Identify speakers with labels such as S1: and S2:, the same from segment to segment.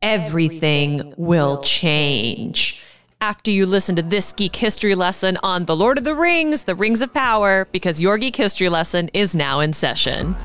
S1: everything will change. After you listen to this geek history lesson on The Lord of the Rings, The Rings of Power, because your geek history lesson is now in session.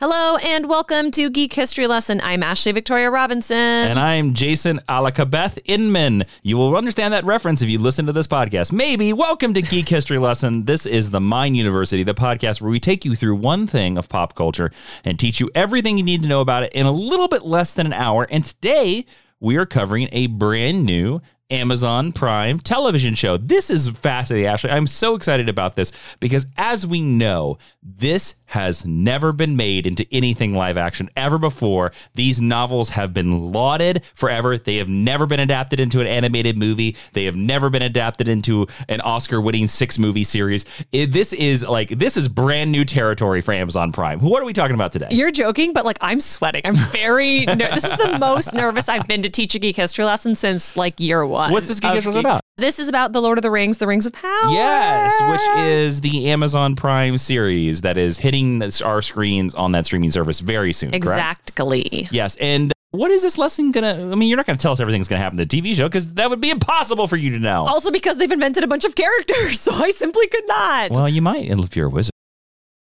S1: Hello and welcome to Geek History Lesson. I'm Ashley Victoria Robinson.
S2: And I'm Jason Alakabeth Inman. You will understand that reference if you listen to this podcast. Maybe. Welcome to Geek History Lesson. This is the Mind University, the podcast where we take you through one thing of pop culture and teach you everything you need to know about it in a little bit less than an hour. And today we are covering a brand new Amazon Prime television show. This is fascinating, Ashley. I'm so excited about this because, as we know, this has never been made into anything live action ever before. These novels have been lauded forever. They have never been adapted into an animated movie, they have never been adapted into an Oscar winning six movie series. It- this is like, this is brand new territory for Amazon Prime. What are we talking about today?
S1: You're joking, but like I'm sweating. I'm very. Ner- this is the most nervous I've been to teach a geek history lesson since like year one.
S2: What's this geek
S1: of
S2: history lesson about?
S1: This is about the Lord of the Rings, the Rings of Power. Oh,
S2: Yes, which is the Amazon Prime series that is hitting this- our screens on that streaming service very soon. correct?
S1: exactly.
S2: Yes, and what is this lesson gonna? I mean, you're not gonna tell us everything's gonna happen in the TV show because that would be impossible for you to know.
S1: Also because they've invented a bunch of characters, so I simply could not.
S2: Well, you might if you're a wizard.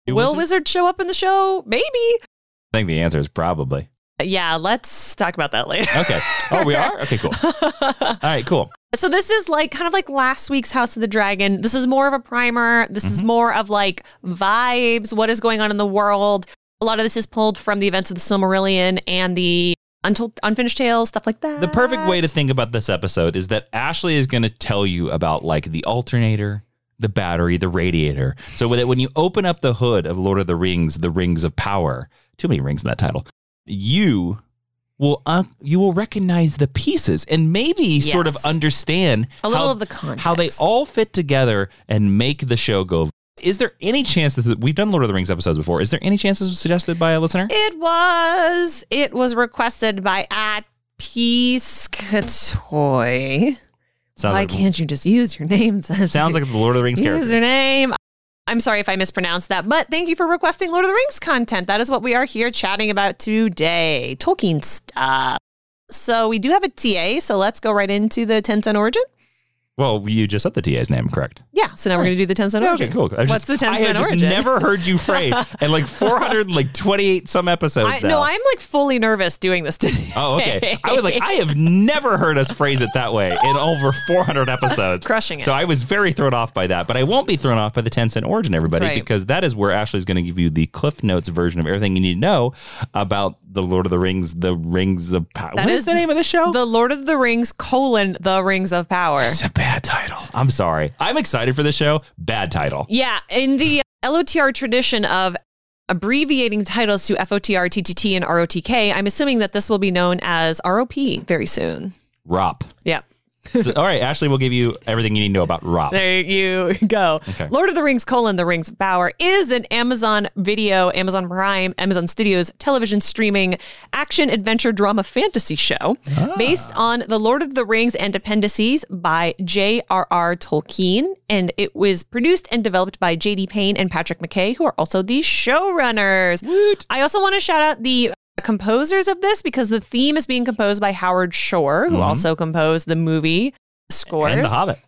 S2: You
S1: Will Wizard show up in the show? Maybe.
S2: I think the answer is probably
S1: Yeah, let's talk about that later.
S2: okay. Oh, we are okay. Cool. All right, cool.
S1: So this is like kind of like last week's House of the Dragon. This is more of a primer. This
S2: Mm-hmm.
S1: is more of like vibes, what is going on in the world. A lot of this is pulled from the events of the Silmarillion and the Untold Unfinished Tales, stuff like that.
S2: The perfect way to think about this episode is that Ashley is going to tell you about like the alternator, the battery, the radiator. So that when you open up the hood of Lord of the Rings, the Rings of Power, too many rings in that title, you will uh, you will recognize the pieces and maybe sort of
S1: Yes.
S2: understand
S1: A little
S2: how-
S1: of the
S2: how they
S1: context.
S2: all fit together and make the show go. Is there any chance that we've done Lord of the Rings episodes before? Is there any chance this was suggested by a listener?
S1: It was it was requested by at Peace Katoy.
S2: Sounds
S1: Why
S2: like-
S1: can't you just use your name?
S2: sounds like the Lord of the Rings character.
S1: username. I'm sorry if I mispronounced that, but thank you for requesting Lord of the Rings content. That is what we are here chatting about today. Tolkien stuff. So we do have a TA, so let's go right into the 10 cent origin.
S2: Well, you just said the TA's name, correct?
S1: Yeah, so now we're gonna do the 10 cent
S2: Yeah,
S1: origin.
S2: okay, cool. I
S1: What's
S2: just-
S1: the 10
S2: I
S1: cent
S2: had just
S1: origin?
S2: never heard you phrase and like 428 some episodes.
S1: I, no,
S2: now.
S1: I'm like fully nervous doing this today.
S2: Oh, okay. I was like, I have never heard us phrase it that way in over 400 episodes.
S1: Crushing it.
S2: So I was very thrown off by that, but I won't be thrown off by the 10 cent origin, everybody,
S1: right.
S2: because that is where Ashley's going to give you the Cliff Notes version of everything you need to know about the Lord of the Rings, the Rings of Power.
S1: That
S2: What is
S1: is
S2: the name of the show?
S1: the Lord of the Rings colon the Rings of Power.
S2: it's a bad title. I'm sorry. I'm excited for the show. Bad title.
S1: Yeah, in the LOTR tradition of abbreviating titles to FOTR, TTT, and ROTK, I'm assuming that this will be known as ROP very soon.
S2: Rop.
S1: Yeah.
S2: So, all right, Ashley will give you everything you need to know about Rop.
S1: There you go.
S2: Okay.
S1: Lord of the Rings colon The Rings of Power is an Amazon Video, Amazon Prime, Amazon Studios television streaming action adventure drama fantasy show
S2: Ah.
S1: based on The Lord of the Rings and Appendices by J.R.R. Tolkien. And it was produced and developed by J.D. Payne and Patrick McKay, who are also the showrunners. I also want to shout out the composers of this because the theme is being composed by Howard Shore, who
S2: Mhm.
S1: also composed the movie scores
S2: And the Hobbit.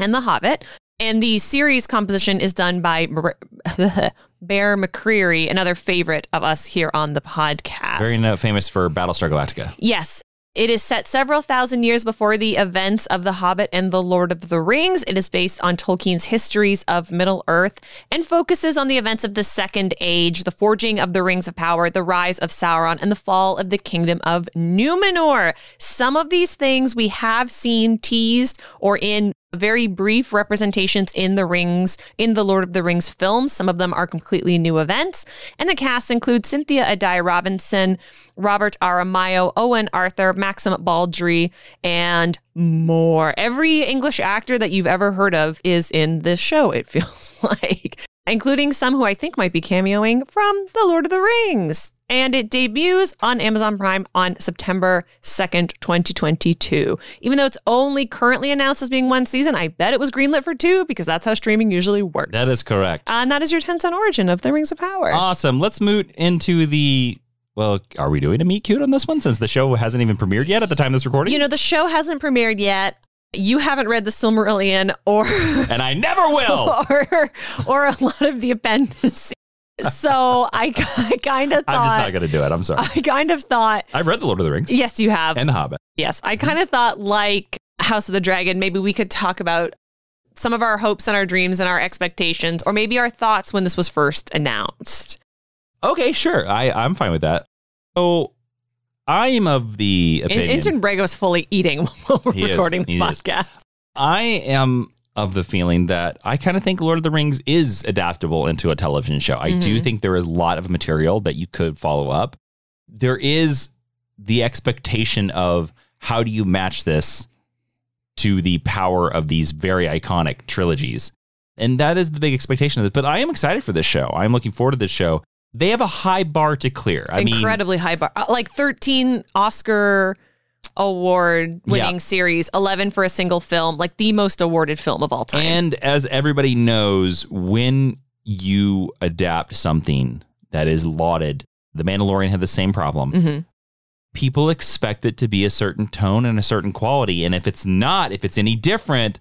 S1: and The Hobbit. And the series composition is done by Mar- Bear McCreary, another favorite of us here on the podcast.
S2: Very no- famous for Battlestar Galactica.
S1: yes. It is set several thousand years before the events of The Hobbit and The Lord of the Rings. It is based on Tolkien's histories of Middle Earth and focuses on the events of the Second Age, the forging of the Rings of Power, the rise of Sauron, and the fall of the Kingdom of Numenor. Some of these things we have seen teased or in very brief representations in the rings in the lord of the rings films some of them are completely new events and the cast includes cynthia adai robinson robert aramayo owen arthur maxim baldry and more every english actor that you've ever heard of is in this show it feels like including some who i think might be cameoing from the lord of the rings and it debuts on Amazon Prime on September 2nd, 2022. Even though it's only currently announced as being one season, I bet it was greenlit for two because that's how streaming usually works. Uh,
S2: That is Um, correct.
S1: and that is your 10 cent origin of the Rings of Power.
S2: Awesome. Let's move into the. Well, are we doing a meet cute on this one since the show hasn't even premiered yet at the time of this recording?
S1: you know, the show hasn't premiered yet. You haven't read The Silmarillion or
S2: and I never
S1: Oh,
S2: will.
S1: or, or a lot of the appendices. So I, kind of
S2: I'm just not
S1: thought
S2: going to do it. I'm sorry.
S1: I kind of thought
S2: I've read The Lord of the Rings
S1: yes, you have.
S2: and The Hobbit.
S1: Yes, I
S2: Mm-hmm.
S1: kind of thought like House of the Dragon, maybe we could talk about some of our hopes and our dreams and our expectations, or maybe our thoughts when this was first announced.
S2: Okay, sure. I, I'm fine with that. So I'm of the
S1: And
S2: opinion.
S1: Inton Brego is fully eating while we're
S2: He is.
S1: recording the
S2: He is.
S1: podcast.
S2: I am of the feeling that I kind of think Lord of the Rings is adaptable into a television show. I do think there is a lot of material that you could follow up. There is the expectation of how do you match this to the power of these very iconic trilogies. And that is the big expectation of this. But I am excited for this show. I'm looking forward to this show. They have a high bar to clear. I mean,
S1: Incredibly high bar, uh, like thirteen Oscar award winning
S2: Yeah.
S1: series, eleven for a single film, like the most awarded film of all time.
S2: And as everybody knows, when you adapt something that is lauded, The Mandalorian had the same problem.
S1: Mhm.
S2: People expect it to be a certain tone and a certain quality. And if it's not, if it's any different,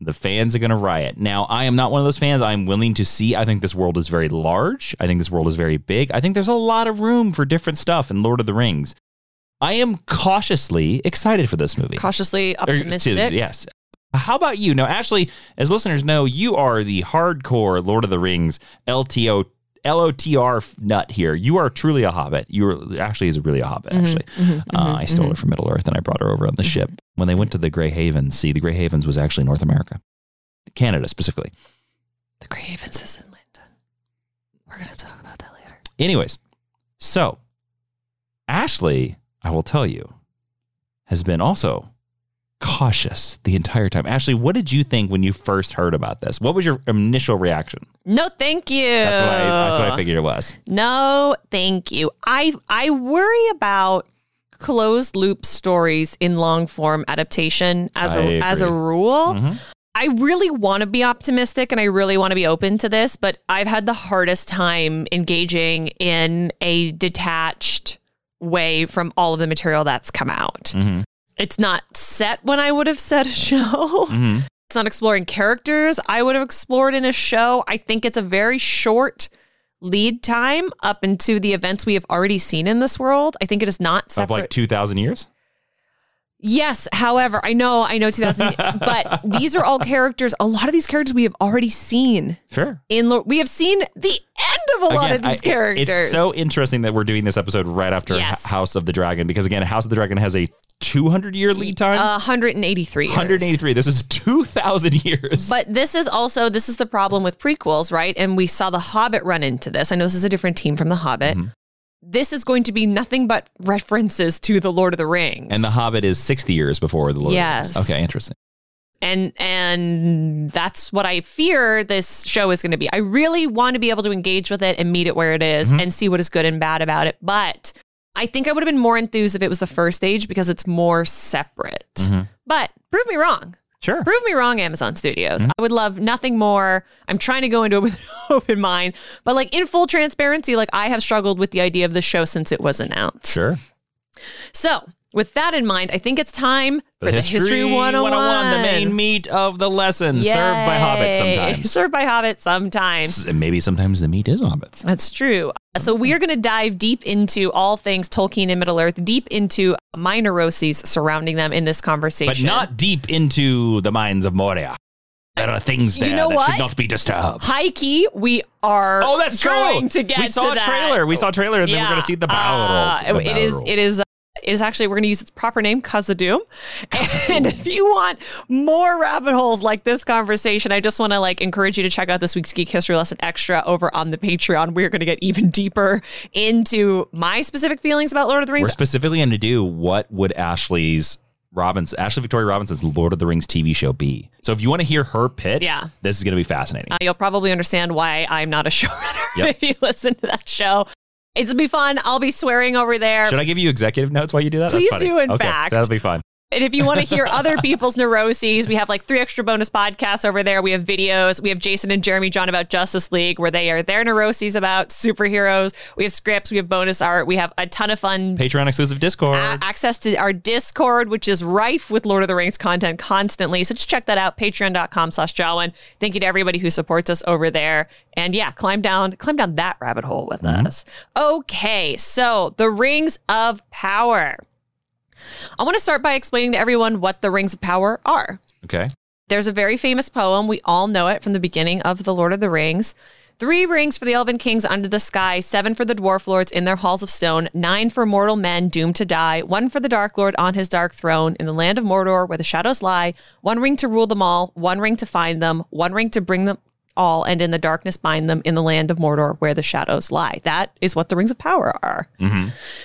S2: the fans are going to riot. Now, I am not one of those fans. I'm willing to see. I think this world is very large. I think this world is very big. I think there's a lot of room for different stuff in Lord of the Rings. I am cautiously excited for this movie.
S1: cautiously
S2: Or, excuse-
S1: optimistic.
S2: yes. How about you? Now, Ashley, as listeners know, you are the hardcore Lord of the Rings LTO LOTR f- nut here. You are truly a hobbit. You are Ashley is really a hobbit. Actually, uh, I stole her from Middle Earth and I brought her over on the ship when they went to the Grey Havens. See, the Grey Havens was actually North America, Canada specifically.
S1: The Grey Havens is in London. We're gonna talk about that later.
S2: Anyways, so Ashley, I will tell you, has been also cautious the entire time. Ashley, what did you think when you first heard about this? What was your initial reaction?
S1: No, thank you.
S2: That's what I, that's
S1: Uh,
S2: what I figured it was.
S1: No, thank you. I I worry about closed loop stories in long form adaptation as
S2: I
S1: a
S2: agree.
S1: as a rule.
S2: Mhm.
S1: I really want to be optimistic and I really want to be open to this, but I've had the hardest time engaging in a detached way from all of the material that's come out.
S2: Mhm.
S1: It's not set when I would have set a show.
S2: Mhm.
S1: It's not exploring characters I would have explored in a show. I think it's a very short lead time up into the events we have already seen in this world. I think it is not
S2: Of
S1: separate.
S2: like 2,000 years?
S1: yes, however, I know, I know 2000, but these are all characters. A lot of these characters we have already seen
S2: Sure.
S1: in. Lo- We have seen the end of a lot of
S2: Again, I-
S1: these characters.
S2: It's so interesting that we're doing this episode right after
S1: Yes.
S2: H- House of the Dragon because, again, House of the Dragon has a 200 year lead time.
S1: Uh, 183. years.
S2: 183. This is 2,000 years.
S1: But this is also this is the problem with prequels, right? And we saw The Hobbit run into this. I know this is a different team from The Hobbit.
S2: Mm-hmm.
S1: This is going to be nothing but references to The Lord of the Rings.
S2: and The Hobbit is 60 years before The Lord of the
S1: Yes.
S2: Rings. Okay, interesting.
S1: and and that's what I fear this show is going to be. I really want to be able to engage with it and meet it where it is and see what is good and bad about it. But I think I would have been more enthused if it was the first stage because it's more separate. But prove me wrong.
S2: Sure.
S1: Prove me wrong, Amazon Studios. I would love nothing more. I'm trying to go into it with an open mind, but like in full transparency, like I have struggled with the idea of the show since it was announced.
S2: Sure.
S1: So With that in mind, I think it's time for the History 101.
S2: the main meat of the lesson, served by
S1: Yay.
S2: hobbits sometimes.
S1: Served by hobbits sometimes.
S2: S- Maybe sometimes the meat is hobbits.
S1: That's true. So we are going to dive deep into all things Tolkien and Middle Earth, deep into my neuroses surrounding them in this conversation.
S2: But not deep into the mines of Moria. There are things
S1: You
S2: there
S1: know
S2: that
S1: what?
S2: should not be disturbed.
S1: high key. We are.
S2: Oh, that's
S1: going to
S2: true.
S1: get
S2: we saw
S1: to
S2: a
S1: that.
S2: trailer. We saw a trailer, and then we're
S1: Yeah.
S2: going to see the barrel.
S1: Uh,
S2: roll. The
S1: it is.
S2: barrel.
S1: It is. It is actually, we're going to use its proper name, Khazad-dûm. And if you want more rabbit holes like this conversation, I just want to like encourage you to check out this week's Geek History Lesson Extra over on the Patreon. We're going to get even deeper into my specific feelings about Lord of the
S2: We're
S1: Rings.
S2: specifically going to do what would Ashley's Robinson, Ashley Victoria Robinson's Lord of the Rings TV show be. So if you want to hear her pitch,
S1: Yeah.
S2: this is going to be fascinating.
S1: Uh, you'll probably understand why I'm not a showrunner
S2: Yep.
S1: if you listen to that show. It's be fun. I'll be swearing over there.
S2: Should I give you executive notes while you do that? That's
S1: Please
S2: funny.
S1: do, in
S2: Okay,
S1: fact.
S2: That'll be fun.
S1: And if you want to hear other people's neuroses, we have like three extra bonus podcasts over there. We have videos. We have Jason and Jeremy John about Justice League, where they are their neuroses about superheroes. We have scripts. We have bonus art. We have a ton of fun.
S2: Patreon exclusive Discord.
S1: a- access to our Discord, which is rife with Lord of the Rings content constantly. So just check that out, patreon.com slash Jawin. Thank you to everybody who supports us over there. And yeah, climb down, climb down that rabbit hole with us. Okay, so the rings of power. I want to start by explaining to everyone what the rings of power are.
S2: okay.
S1: There's a very famous poem. We all know it from the beginning of The Lord of the Rings. Three rings for the elven kings under the sky, seven for the dwarf lords in their halls of stone, nine for mortal men doomed to die, one for the dark lord on his dark throne in the land of Mordor where the shadows lie, one ring to rule them all, one ring to find them, one ring to bring them all, and in the darkness bind them in the land of Mordor where the shadows lie. That is what the rings of power are.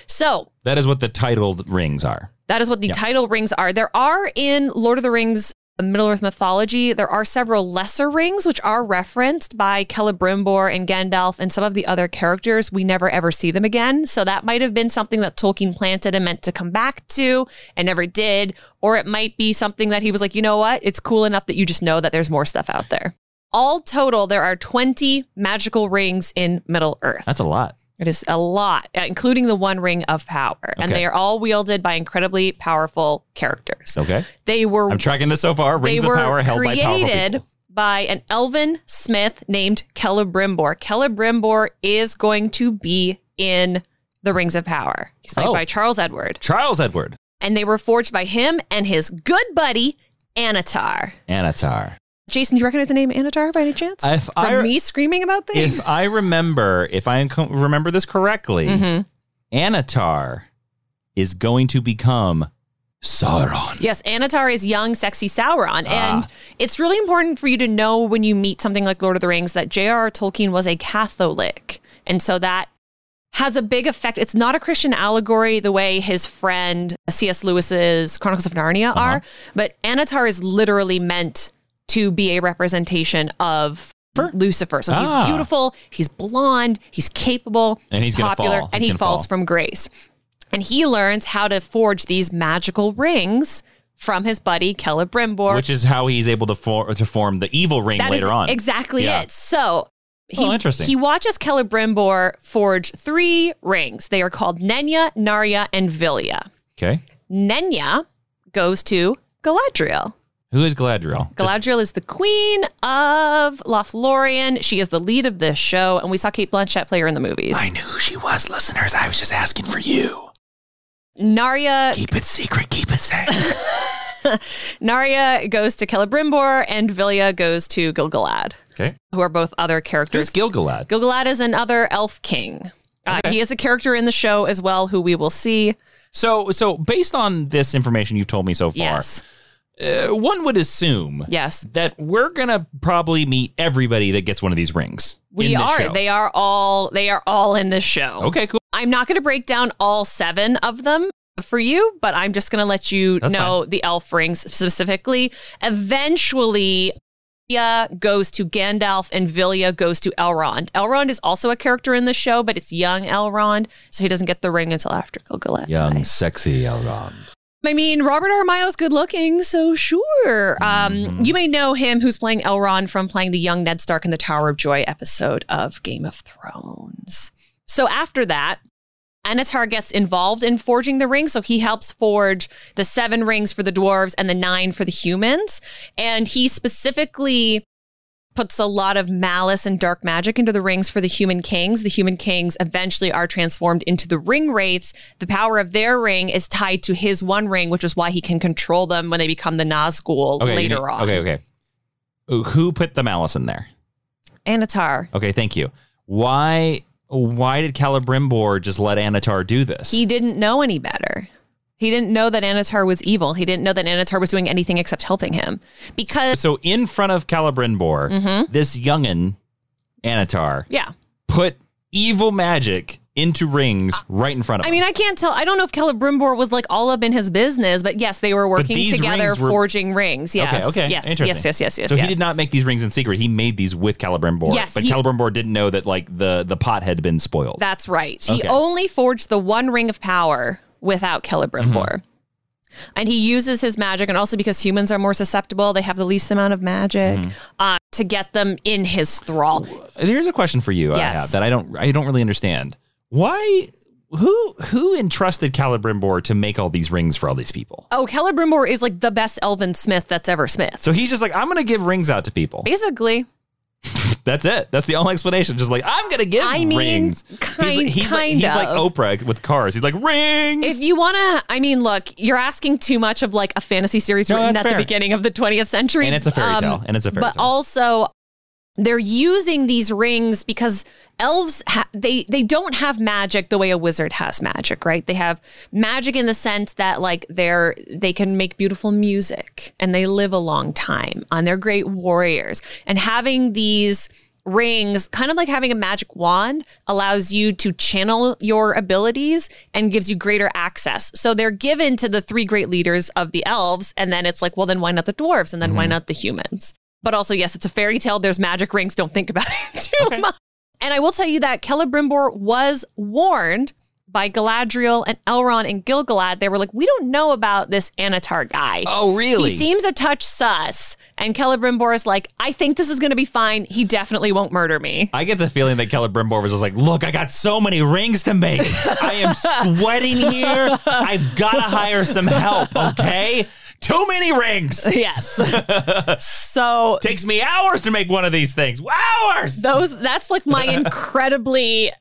S1: So
S2: Mm-hmm. That is what the titled rings are.
S1: that is what the title rings are. There are in Lord of the Rings Middle Earth mythology, there are several lesser rings which are referenced by Celebrimbor and Gandalf and some of the other characters. We never ever see them again. So that might have been something that Tolkien planted and meant to come back to and never did. Or it might be something that he was like, you know what? It's cool enough that you just know that there's more stuff out there. All total, there are 20 magical rings in Middle Earth.
S2: That's a lot.
S1: It is a lot, uh, including the One Ring of Power, and
S2: Okay.
S1: they are all wielded by incredibly powerful characters.
S2: Okay.
S1: They were
S2: I'm tracking this so far.
S1: they
S2: Rings
S1: were
S2: of power held by powerful
S1: created
S2: people.
S1: by an elven smith named Celebrimbor. Celebrimbor is going to be in the Rings of Power. He's played
S2: Oh.
S1: by Charles Edward,
S2: Charles Edward.
S1: and they were forged by him and his good buddy Anatar.
S2: Anatar.
S1: Jason, do you recognize the name Anatar by any chance?
S2: If
S1: From
S2: I-
S1: me screaming about things.
S2: if I remember, if I co- remember this correctly,
S1: Mhm.
S2: Anatar is going to become Sauron.
S1: Yes, Anatar is young, sexy Sauron.
S2: Ah.
S1: And it's really important for you to know when you meet something like Lord of the Rings that J.R.R. Tolkien was a Catholic. And so that has a big effect. It's not a Christian allegory the way his friend C.S. Lewis's Chronicles of Narnia
S2: Uh-huh.
S1: are, but Anatar is literally meant to be a representation of Lucifer. So he's
S2: Ah.
S1: beautiful, he's blonde, he's capable,
S2: And he's gonna
S1: popular,
S2: fall.
S1: and
S2: He's
S1: he
S2: gonna
S1: falls
S2: fall.
S1: from grace. And he learns how to forge these magical rings from his buddy Celebrimbor.
S2: which is how he's able to, for- to form the evil ring
S1: That is
S2: later on.
S1: exactly
S2: Yeah.
S1: it. So he,
S2: Oh, interesting.
S1: he watches Celebrimbor forge three rings. They are called Nenya, Narya, and Vilya.
S2: Okay.
S1: Nenya goes to Galadriel.
S2: Who is Galadriel?
S1: Galadriel is the queen of Lothlorien. She is the lead of this show, and we saw Kate Blanchett play her in the movies.
S2: knew who she was, listeners. I was just asking for you.
S1: Narya
S2: Keep it secret. Keep it safe.
S1: Narya goes to Celebrimbor and Vilya goes to Gilgalad,
S2: okay.
S1: who are both other
S2: There's
S1: characters.
S2: Gilgalad.
S1: Gilgalad is another elf king. Uh, He is a character in the show as well, who we will see.
S2: So, so based on this information you've told me so far,
S1: Yes,
S2: uh, one would assume
S1: yes,
S2: that we're gonna probably meet everybody that gets one of these rings.
S1: we
S2: in this
S1: are.
S2: show.
S1: They are all. They are all in this show.
S2: okay, cool.
S1: I'm not going to break down all seven of them for you, but I'm just going to let you
S2: That's
S1: know the elf rings specifically. Eventually, Vilya goes to Gandalf and Vilya goes to Elrond. Elrond is also a character in the show, but it's young Elrond, so he doesn't get the ring until after Gilgalad. dies.
S2: sexy Elrond.
S1: I mean, Robert R. Miles, good looking, so sure. Um,
S2: Mhm.
S1: You may know him who's playing Elrond from playing the young Ned Stark in the Tower of Joy episode of Game of Thrones. So after that, Anatar gets involved in forging the rings, so he helps forge the seven rings for the dwarves and the nine for the humans. And he specifically puts a lot of malice and dark magic into the rings for the human kings. The human kings eventually are transformed into the ring wraiths. The power of their ring is tied to his one ring, which is why he can control them when they become the Nazgul
S2: Okay, you
S1: later
S2: need-
S1: on.
S2: Okay, okay. Who- Who put the malice in there?
S1: Anatar.
S2: Okay, thank you. Why? Why did Celebrimbor just let Anatar do this?
S1: He didn't know any better. He didn't know that Anatar was evil. He didn't know that Anatar was doing anything except helping him. Because,
S2: so in front of Celebrimbor,
S1: Mm-hmm.
S2: this youngin Anatar
S1: yeah.
S2: put evil magic into rings right in front of
S1: Uh, I
S2: him.
S1: mean, I can't tell. I don't know if Celebrimbor was like all up in his business, but yes, they were working
S2: these
S1: together,
S2: rings were-
S1: forging rings. Yes.
S2: Okay. Okay.
S1: Yes.
S2: Interesting.
S1: Yes. Yes. Yes. Yes.
S2: so
S1: yes.
S2: he did not make these rings in secret. He made these with Celebrimbor.
S1: Yes,
S2: but
S1: he-
S2: Celebrimbor didn't know that like the the pot had been spoiled.
S1: That's right. He
S2: Okay.
S1: only forged the one ring of power without Celebrimbor.
S2: Mm-hmm.
S1: And he uses his magic, and also because humans are more susceptible, they have the least amount of magic
S2: Mm-hmm.
S1: uh, to get them in his thrall.
S2: Here's a question for you I
S1: Yes.
S2: have that I don't I don't really understand. Why who who entrusted Celebrimbor to make all these rings for all these people?
S1: Oh, Celebrimbor is like the best elven smith that's ever smith.
S2: So he's just like I'm going to give rings out to people.
S1: Basically,
S2: That's it. That's the only explanation. Just like I'm going to give
S1: I mean,
S2: rings. he's
S1: kind-
S2: like, he's, like,
S1: kind
S2: he's like
S1: of.
S2: Oprah with cars. He's like rings.
S1: if you want to, I mean, look, you're asking too much of like a fantasy series
S2: No,
S1: written
S2: that's
S1: at
S2: fair.
S1: the beginning of the 20th century.
S2: and it's a fairy
S1: Um,
S2: tale. And it's a fairy
S1: but
S2: tale.
S1: also they're using these rings because elves ha- they they don't have magic the way a wizard has magic right they have magic in the sense that like they're they can make beautiful music and they live a long time and they're great warriors and having these rings kind of like having a magic wand allows you to channel your abilities and gives you greater access so they're given to the three great leaders of the elves and then it's like well then why not the dwarves and then why not the humans but also, yes, it's a fairy tale. There's magic rings. Don't think about it too
S2: Okay.
S1: much. And I will tell you that Celebrimbor was warned by Galadriel and Elrond and Gilgalad. They were like, we don't know about this Anatar guy.
S2: oh, really?
S1: He seems a touch sus. And Celebrimbor is like, I think this is going to be fine. He definitely won't murder me.
S2: I get the feeling that Celebrimbor was just like, look, I got so many rings to make. I am sweating here. I've got to hire some help, okay? Too many rings.
S1: yes. so
S2: Takes me hours to make one of these things. Hours.
S1: those that's like my incredibly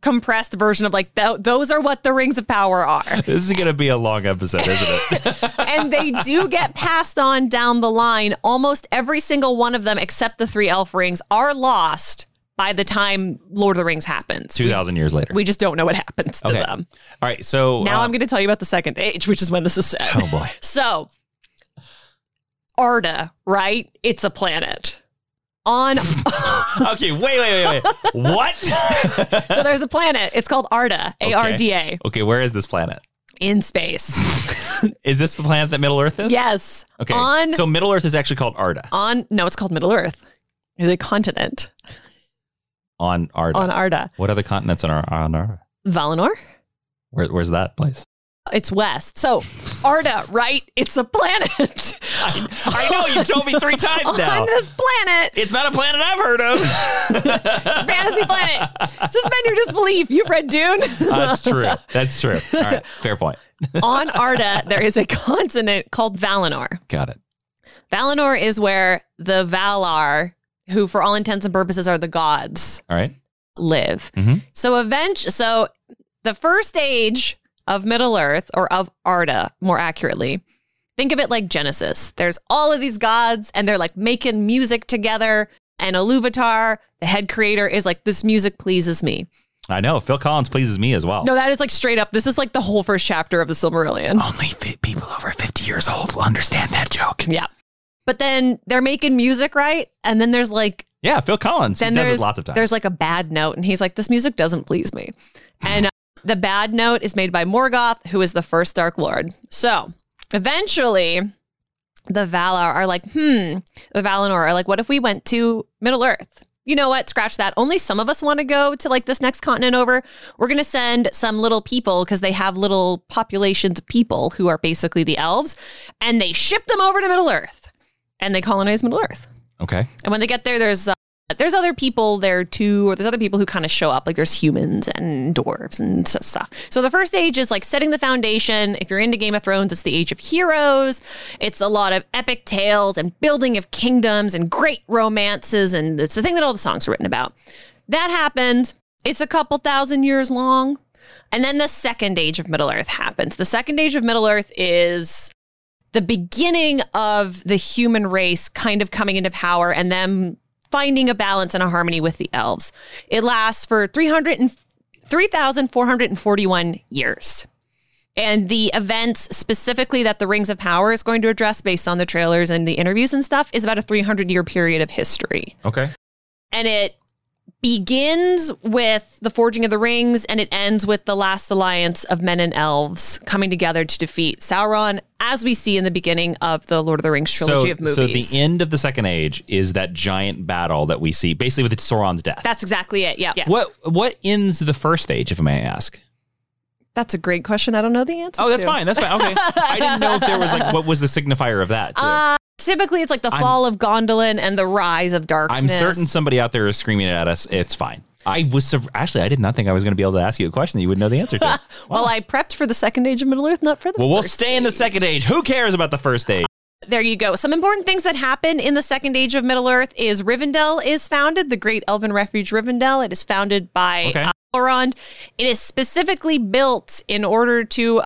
S1: compressed version of like tho- those are what the rings of power are.
S2: This is going to be a long episode, isn't it?
S1: and they do get passed on down the line. Almost every single one of them, except the three elf rings, are lost by the time Lord of the Rings happens.
S2: 2,000 years later.
S1: We just don't know what happens to
S2: okay.
S1: them.
S2: All right. So
S1: Now
S2: um,
S1: I'm going to tell you about the second age, which is when this is set.
S2: Oh, boy.
S1: So, Arda, right? It's a planet. On
S2: Okay. Wait, wait, wait, wait. what?
S1: so there's a planet. It's called Arda, A R D A,
S2: Okay. Where is this planet?
S1: in space.
S2: Is this the planet that Middle Earth is?
S1: Yes.
S2: Okay.
S1: On
S2: so Middle Earth is actually called Arda.
S1: on no, it's called Middle Earth. It's a continent
S2: On Arda.
S1: on Arda.
S2: what other continents are on Arda?
S1: Valinor.
S2: Where, where's that place?
S1: It's west. So Arda, right? It's a planet.
S2: I know you told me three times now.
S1: On this planet,
S2: It's not a planet I've heard of.
S1: fantasy planet. Suspend your disbelief. You've read Dune.
S2: That's true. That's true. All right. Fair point.
S1: On Arda, there is a continent called Valinor.
S2: Got it.
S1: Valinor is where the Valar, who for all intents and purposes are the gods,
S2: All right.
S1: live.
S2: Mhm.
S1: So eventually, so the first age of Middle Earth or of Arda, more accurately, think of it like Genesis. There's all of these gods, and they're like making music together. And Iluvatar, the head creator, is like, "This music pleases me."
S2: I know. Phil Collins pleases me as well.
S1: No, that is like straight up. This is like the whole first chapter of the Silmarillion.
S2: Only fi- people over 50 years old will understand that joke.
S1: Yeah. But then they're making music, right? And then there's like
S2: Yeah, Phil Collins.
S1: then
S2: he does
S1: there's
S2: it lots of times.
S1: there's like a bad note, and he's like, "This music doesn't please me." And uh, the bad note is made by Morgoth, who is the first Dark Lord. So eventually, the Valar are like, "Hmm." The Valinor are like, "What if we went to Middle Earth?" You know what? Scratch that. Only some of us want to go to like this next continent over. We're going to send some little people because they have little populations of people who are basically the elves and they ship them over to Middle Earth and they colonize Middle Earth.
S2: okay.
S1: And when they get there, there's uh, There's other people there too, or there's other people who kind of show up. Like there's humans and dwarves and s- stuff. So the first age is like setting the foundation. If you're into Game of Thrones, it's the age of heroes. It's a lot of epic tales and building of kingdoms and great romances. And it's the thing that all the songs are written about. That happens. It's a couple thousand years long. And then the second age of Middle Earth happens. The second age of Middle Earth is the beginning of the human race kind of coming into power and them finding a balance and a harmony with the elves. It lasts for 300 and 3,441 years. And the events specifically that the Rings of Power is going to address based on the trailers and the interviews and stuff is about a 300 year period of history
S2: Okay.
S1: and it begins with the forging of the rings and it ends with the last alliance of men and elves coming together to defeat Sauron as we see in the beginning of the Lord of the Rings trilogy
S2: so,
S1: of movies.
S2: so the end of the second age is that giant battle that we see, basically with Sauron's death.
S1: That's exactly it. Yeah. Yes.
S2: What what ends the first stage, if I may ask?
S1: That's a great question. I don't know the answer.
S2: Oh, that's
S1: to.
S2: fine. That's fine. Okay. I didn't know if there was like what was the signifier of that. Too.
S1: Uh, typically, it's like the
S2: I'm-
S1: fall of Gondolin and the rise of darkness.
S2: I'm certain somebody out there is screaming at us. It's fine. I was sur- actually I did not think I was going to be able to ask you a question that you would know the answer to.
S1: Well, I prepped for the second age of Middle Earth, not for the
S2: well, we'll
S1: first
S2: stay in the
S1: age.
S2: second age. Who cares about the first age?
S1: There you go. Some important things that happen in the second age of Middle Earth is Rivendell is founded, the Great Elven Refuge Rivendell. It is founded by uh,
S2: Okay.
S1: Elrond. It is specifically built in order to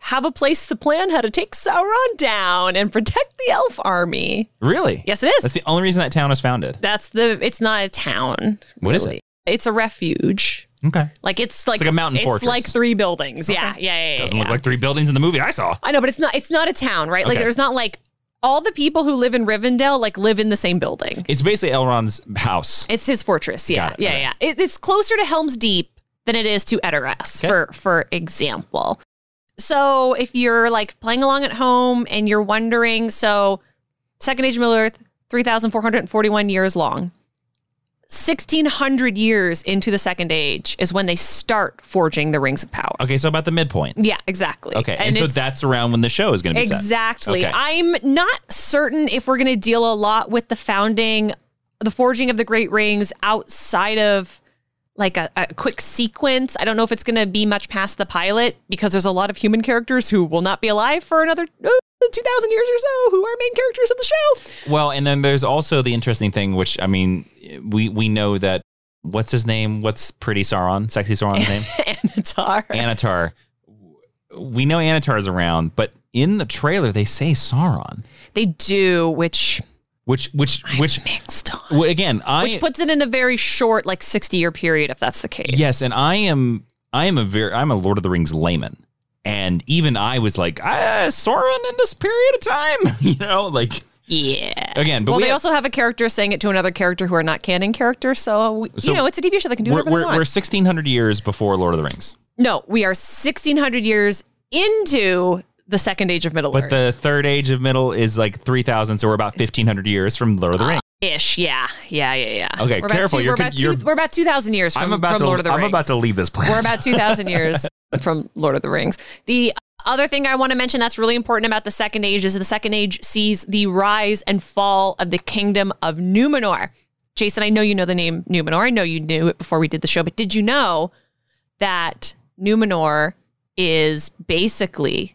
S1: have a place to plan how to take Sauron down and protect the elf army.
S2: Really?
S1: Yes, it is.
S2: That's the only reason that town is founded.
S1: That's the. It's not a town.
S2: What is
S1: really. It's a refuge.
S2: Okay.
S1: Like it's like
S2: like a mountain
S1: It's
S2: fortress.
S1: like three buildings. Yeah, yeah, yeah. yeah,
S2: Doesn't
S1: yeah.
S2: look like three buildings in the movie I saw.
S1: I know, but it's not. It's not a town, right? Like
S2: Okay.
S1: there's not like all the people who live in Rivendell like live in the same building.
S2: It's basically Elrond's house.
S1: It's his fortress. Yeah,
S2: Got it.
S1: yeah,
S2: Okay.
S1: yeah. It, it's closer to Helm's Deep than it is to Edoras,
S2: Okay.
S1: for for example. So if you're like playing along at home and you're wondering, so Second Age of Middle Earth, three thousand four hundred and forty-one years long. 1600 years into the second age is when they start forging the rings of power.
S2: Okay, so about the midpoint.
S1: Yeah, exactly.
S2: Okay, and, so
S1: it's-
S2: that's around when the show is going to be set.
S1: Exactly.
S2: Okay.
S1: I'm not certain if we're going to deal a lot with the founding, the forging of the Great Rings outside of like a, a quick sequence. I don't know if it's going to be much past the pilot because there's a lot of human characters who will not be alive for another uh, 2,000 years or so who are main characters of the show.
S2: Well, and then there's also the interesting thing, which I mean, we we know that what's his name? What's pretty Sauron, sexy Sauron's name?
S1: Anatar.
S2: Anatar. We know Anatar's around, but in the trailer they say Sauron,
S1: they do, which
S2: which which which
S1: mixed on.
S2: well, again I
S1: Which puts it in a very short, like 60 year period, if that's the case.
S2: yes, and I am I am a very I'm a Lord of the Rings layman, and even I was like ah, Sauron in this period of time, you know, like
S1: Yeah.
S2: again. But
S1: well,
S2: we
S1: they
S2: have-
S1: also have a character saying it to another character who are not canon characters. So, we-
S2: So
S1: you know, it's a TV show. They can do
S2: we're
S1: whatever
S2: we're,
S1: they
S2: we're
S1: want.
S2: 1600 years before Lord of the Rings,
S1: no, we are 1600 years into the second age of Middle
S2: but
S1: Earth.
S2: the third age of Middle is like 3000, so we're about 1500 years from Lord
S1: Uh,
S2: of the Rings.
S1: Ish. Yeah. Yeah. Yeah. Yeah.
S2: Okay,
S1: We're about
S2: careful,
S1: Two,
S2: you're
S1: we're,
S2: con-
S1: about
S2: you're-
S1: two, we're about 2,000 years from,
S2: I'm about
S1: from
S2: to
S1: Lord of the
S2: I'm
S1: Rings.
S2: about to leave this place.
S1: We're about 2,000 years from Lord of the Rings. The other thing I want to mention that's really important about the Second Age is the Second Age sees the rise and fall of the kingdom of Numenor. Jason, I know you know the name Numenor. I know you knew it before we did the show, but did you know that Numenor is basically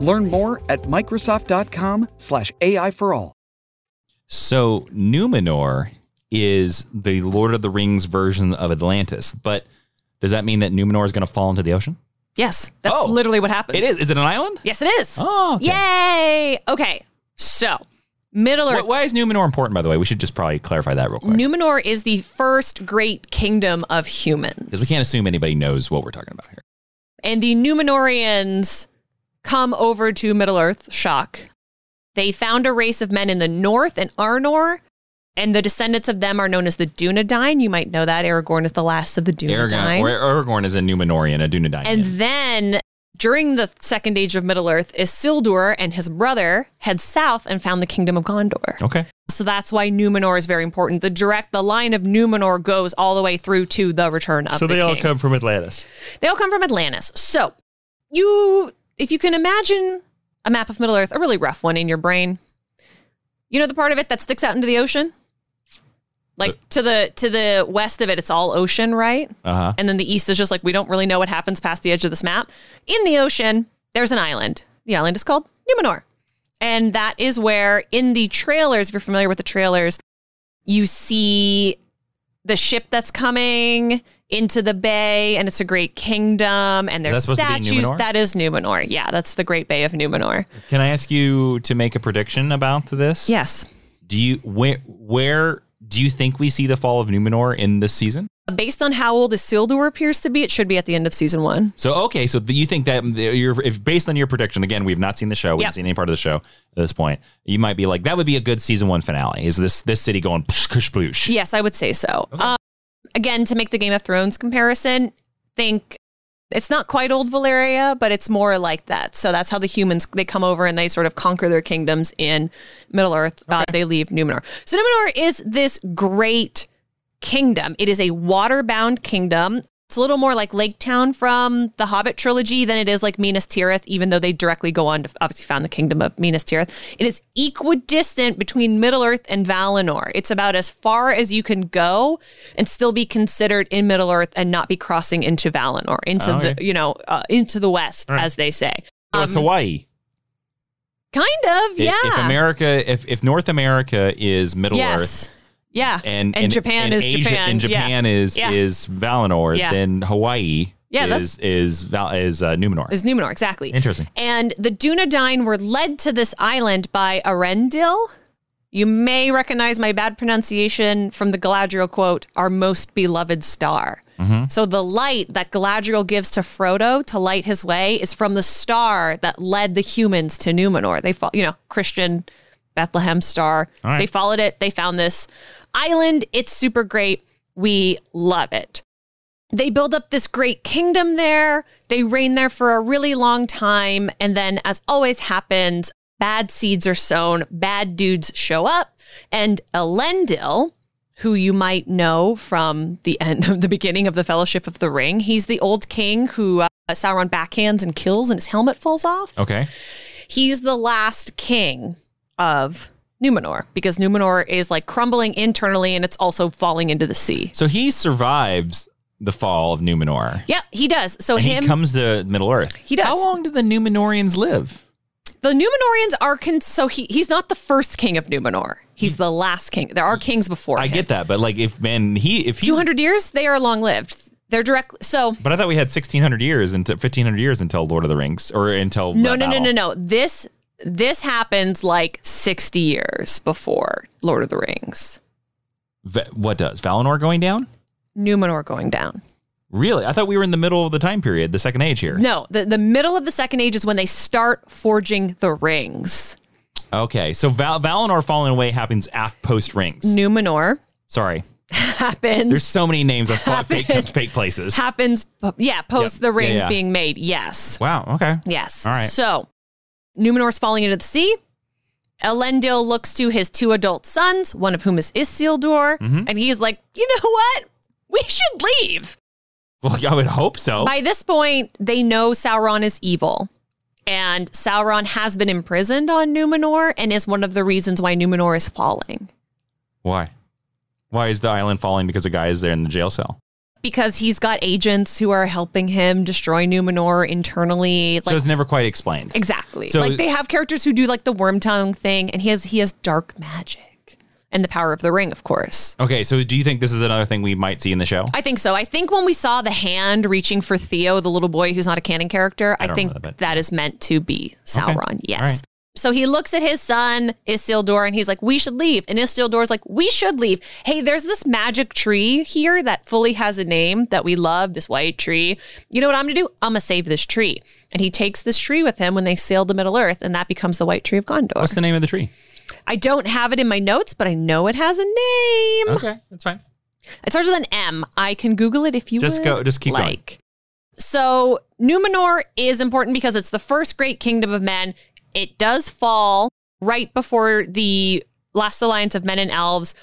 S3: Learn more at Microsoft.com/slash AI for all.
S2: So Numenor is the Lord of the Rings version of Atlantis, but does that mean that Numenor is going to fall into the ocean?
S1: Yes, that's
S2: Oh,
S1: literally what happens.
S2: It is. Is it an island?
S1: Yes, it is.
S2: Oh, okay.
S1: Yay. Okay. So, Middle Earth
S2: Why, why is Numenor important? By the way, we should just probably clarify that real quick because
S1: Numenor is the first great kingdom of humans.
S2: we can't assume anybody knows what we're talking about here.
S1: And the Numenorians come over to Middle Earth, shock. They found a race of men in the north in Arnor And the descendants of them are known as the Dunedain. You might know that. Aragorn is the last of the Dunedain.
S2: Aragorn, or Aragorn is a Numenorian, a Dunedain.
S1: And then during the second age of Middle Earth, Isildur and his brother head south and found the kingdom of Gondor.
S2: okay.
S1: So that's why Numenor is very important. The direct, the line of Numenor goes all the way through to the return of
S4: So
S1: the
S4: they all
S1: king.
S4: come from Atlantis.
S1: They all come from Atlantis. So you, if you can imagine a map of Middle Earth, a really rough one in your brain, you know the part of it that sticks out into the ocean,
S4: Uh,
S1: like to the to the west of it, it's all ocean, right?
S2: Uh huh.
S1: And then the east is just like we don't really know what happens past the edge of this map. In the ocean, there's an island. The island is called Numenor. And that is where in the trailers, if you're familiar with the trailers, you see the ship that's coming into the bay and it's a great kingdom and there's
S2: Is that supposed to be
S1: statues.
S2: Numenor?
S1: That is Numenor. Yeah, that's the Great Bay of Numenor.
S2: Can I ask you to make a prediction about this?
S1: Yes.
S2: Do you where where do you think we see the fall of Numenor in this season?
S1: Based on how old Isildur appears to be, it should be at the end of season one.
S2: So okay, so you think that mm, you're if based on your prediction again, we've not seen the show, we
S1: Yep.
S2: haven't seen any part of the show at this point. You might be like, that would be a good season one finale. Is this this city going psh, kush, ploosh?
S1: Yes, I would say so. Um, again, to make the Game of Thrones comparison, think it's not quite old Valeria, but it's more like that. So that's how the humans they come over and they sort of conquer their kingdoms in Middle Earth. Uh, they leave Numenor. So Numenor is this great kingdom. It is a water-bound kingdom. It's a little more like Lake Town from the Hobbit trilogy than it is like Minas Tirith, even though they directly go on to obviously found the kingdom of Minas Tirith. It is equidistant between Middle Earth and Valinor. It's about as far as you can go and still be considered in Middle Earth and not be crossing into Valinor, into
S2: Okay.
S1: the you know uh, into the west,
S4: All right.
S1: as they say.
S2: So it's Hawaii.
S1: Kind of, um,
S2: If-
S1: yeah.
S2: If, America, if if North America is Middle Earth,
S1: yes, yeah,
S2: and,
S1: Japan
S2: and
S1: is
S2: Asia-
S1: Japan,
S2: and
S1: Yeah.
S2: Japan is
S1: Yeah.
S2: is Valinor,
S1: Yeah.
S2: then Hawaii
S1: Yeah,
S2: is is Val, is uh, Numenor.
S1: is Numenor exactly.
S2: Interesting.
S1: And the Dunedain were led to this island by Arendil. You may recognize my bad pronunciation from the Galadriel quote, our most beloved star.
S2: Mm-hmm.
S1: So the light that Galadriel gives to Frodo to light his way is from the star that led the humans to Numenor. They fought, you know, Christian Bethlehem star.
S2: right.
S1: They followed it. They found this island. It's super great. We love it they build up this great kingdom there. They reign there for a really long time. And then, as always happens, bad seeds are sown, bad dudes show up. And Elendil, who you might know from the end of the beginning of the Fellowship of the Ring, he's the old king who uh, Sauron backhands and kills, and his helmet falls off.
S2: Okay.
S1: He's the last king of Numenor because Numenor is like crumbling internally and it's also falling into the sea.
S2: So he survives the fall of Numenor.
S1: Yep, he does. So
S2: And
S1: him
S2: he comes to Middle Earth.
S1: He does.
S2: How long do the Numenorians live?
S1: the Numenorians are con- so he he's not the first king of Numenor. He's the last king. There are kings before.
S2: I get that, but like if man he if he's,
S1: two hundred years. They are long lived. They're directly so.
S2: But I thought we had sixteen hundred years until fifteen hundred years until Lord of the Rings or until
S1: No,
S2: uh,
S1: no, no, no,
S2: Battle.
S1: no. This this happens like sixty years before Lord of the Rings.
S2: Va- what does Valinor going down?
S1: Numenor going down.
S2: Really? I thought we were in the middle of the time period, the Second Age here.
S1: No, the the middle of the Second Age is when they start forging the rings.
S2: Okay, so Val- Valinor falling away happens af post Rings.
S1: Numenor
S2: Sorry,
S1: happens.
S2: there's so many names of fa- fake
S1: Happened.
S2: fake places.
S1: happens. Yeah, post
S2: Yep.
S1: the
S2: Yeah,
S1: rings
S2: yeah.
S1: being made. Yes.
S2: Wow. Okay.
S1: Yes.
S2: All right.
S1: So Numenor's falling into the sea. Elendil looks to his two adult sons, one of whom is Isildur,
S2: Mm-hmm.
S1: and he's like, you know what? We should leave.
S2: Well, I would hope so.
S1: By this point, they know Sauron is evil. And Sauron has been imprisoned on Numenor and is one of the reasons why Numenor is falling
S2: Why? Why is the island falling because a guy is there in the jail cell?
S1: because he's got agents who are helping him destroy Numenor internally.
S2: so
S1: Like,
S2: it's never quite explained.
S1: Exactly.
S2: So-
S1: like they have characters who do like the worm tongue thing, and he has he has dark magic and the power of the ring, of course.
S2: Okay, so do you think this is another thing we might see in the show?
S1: I think so. I think when we saw the hand reaching for Theo, the little boy who's not a canon character, I,
S2: don't
S1: think
S2: remember that.
S1: that is meant to be Sauron. Yes.
S2: All right.
S1: So he looks at his son Isildur and he's like, "We should leave." And Isildur's like, "We should leave." Hey, there's this magic tree here that fully has a name that we love. This white tree. You know what I'm gonna do? I'm gonna save this tree. And he takes this tree with him when they sail to Middle Earth, and that becomes the White Tree of Gondor.
S2: What's the name of the tree?
S1: I don't have it in my notes, but I know it has a name.
S2: Okay, that's fine.
S1: It starts with an M. I can Google it if you
S2: Just
S1: would
S2: go- just keep going.
S1: like. So Numenor is important because it's the first great kingdom of men. It does fall right before the last alliance of men and elves.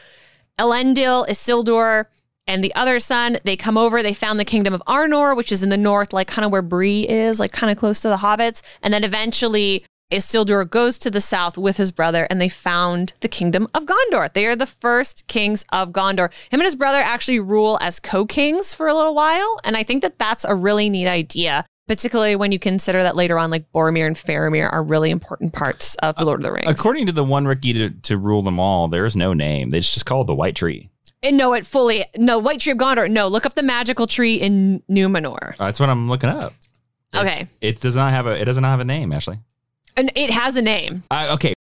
S1: Elendil, Isildur, and the other son, they come over, they found the kingdom of Arnor, which is in the north, like kind of where Bree is, like kind of close to the hobbits. And then eventually Isildur goes to the south with his brother and they found the kingdom of Gondor. They are the first kings of Gondor. Him and his brother actually rule as co kings for a little while. And I think that that's a really neat idea, particularly when you consider that later on, like Boromir and Faramir are really important parts of The Lord of the Rings.
S2: According to the one Ricky to, to rule them all, there is no name. It's just called the White Tree.
S1: And no, it fully no White Tree of Gondor. No, look up the magical tree in Numenor.
S2: That's what I'm looking up.
S1: Okay,
S2: It does not have a. It does not have a name, Ashley.
S1: and it has a name.
S2: Uh, okay,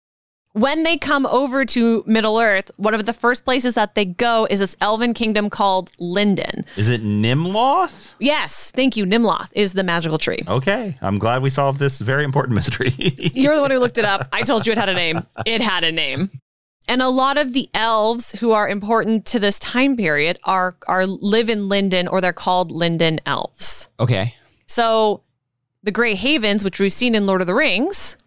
S1: When they come over to Middle Earth, one of the first places that they go is this elven kingdom called Linden.
S2: is it Nimloth?
S1: Yes, thank you. Nimloth is the magical tree.
S2: Okay, I'm glad we solved this very important mystery.
S1: You're the one who looked it up. I told you it had a name. It had a name. And a lot of the elves who are important to this time period are are live in Linden or they're called Linden elves.
S2: okay,
S1: So the Grey Havens, which we've seen in Lord of the Rings,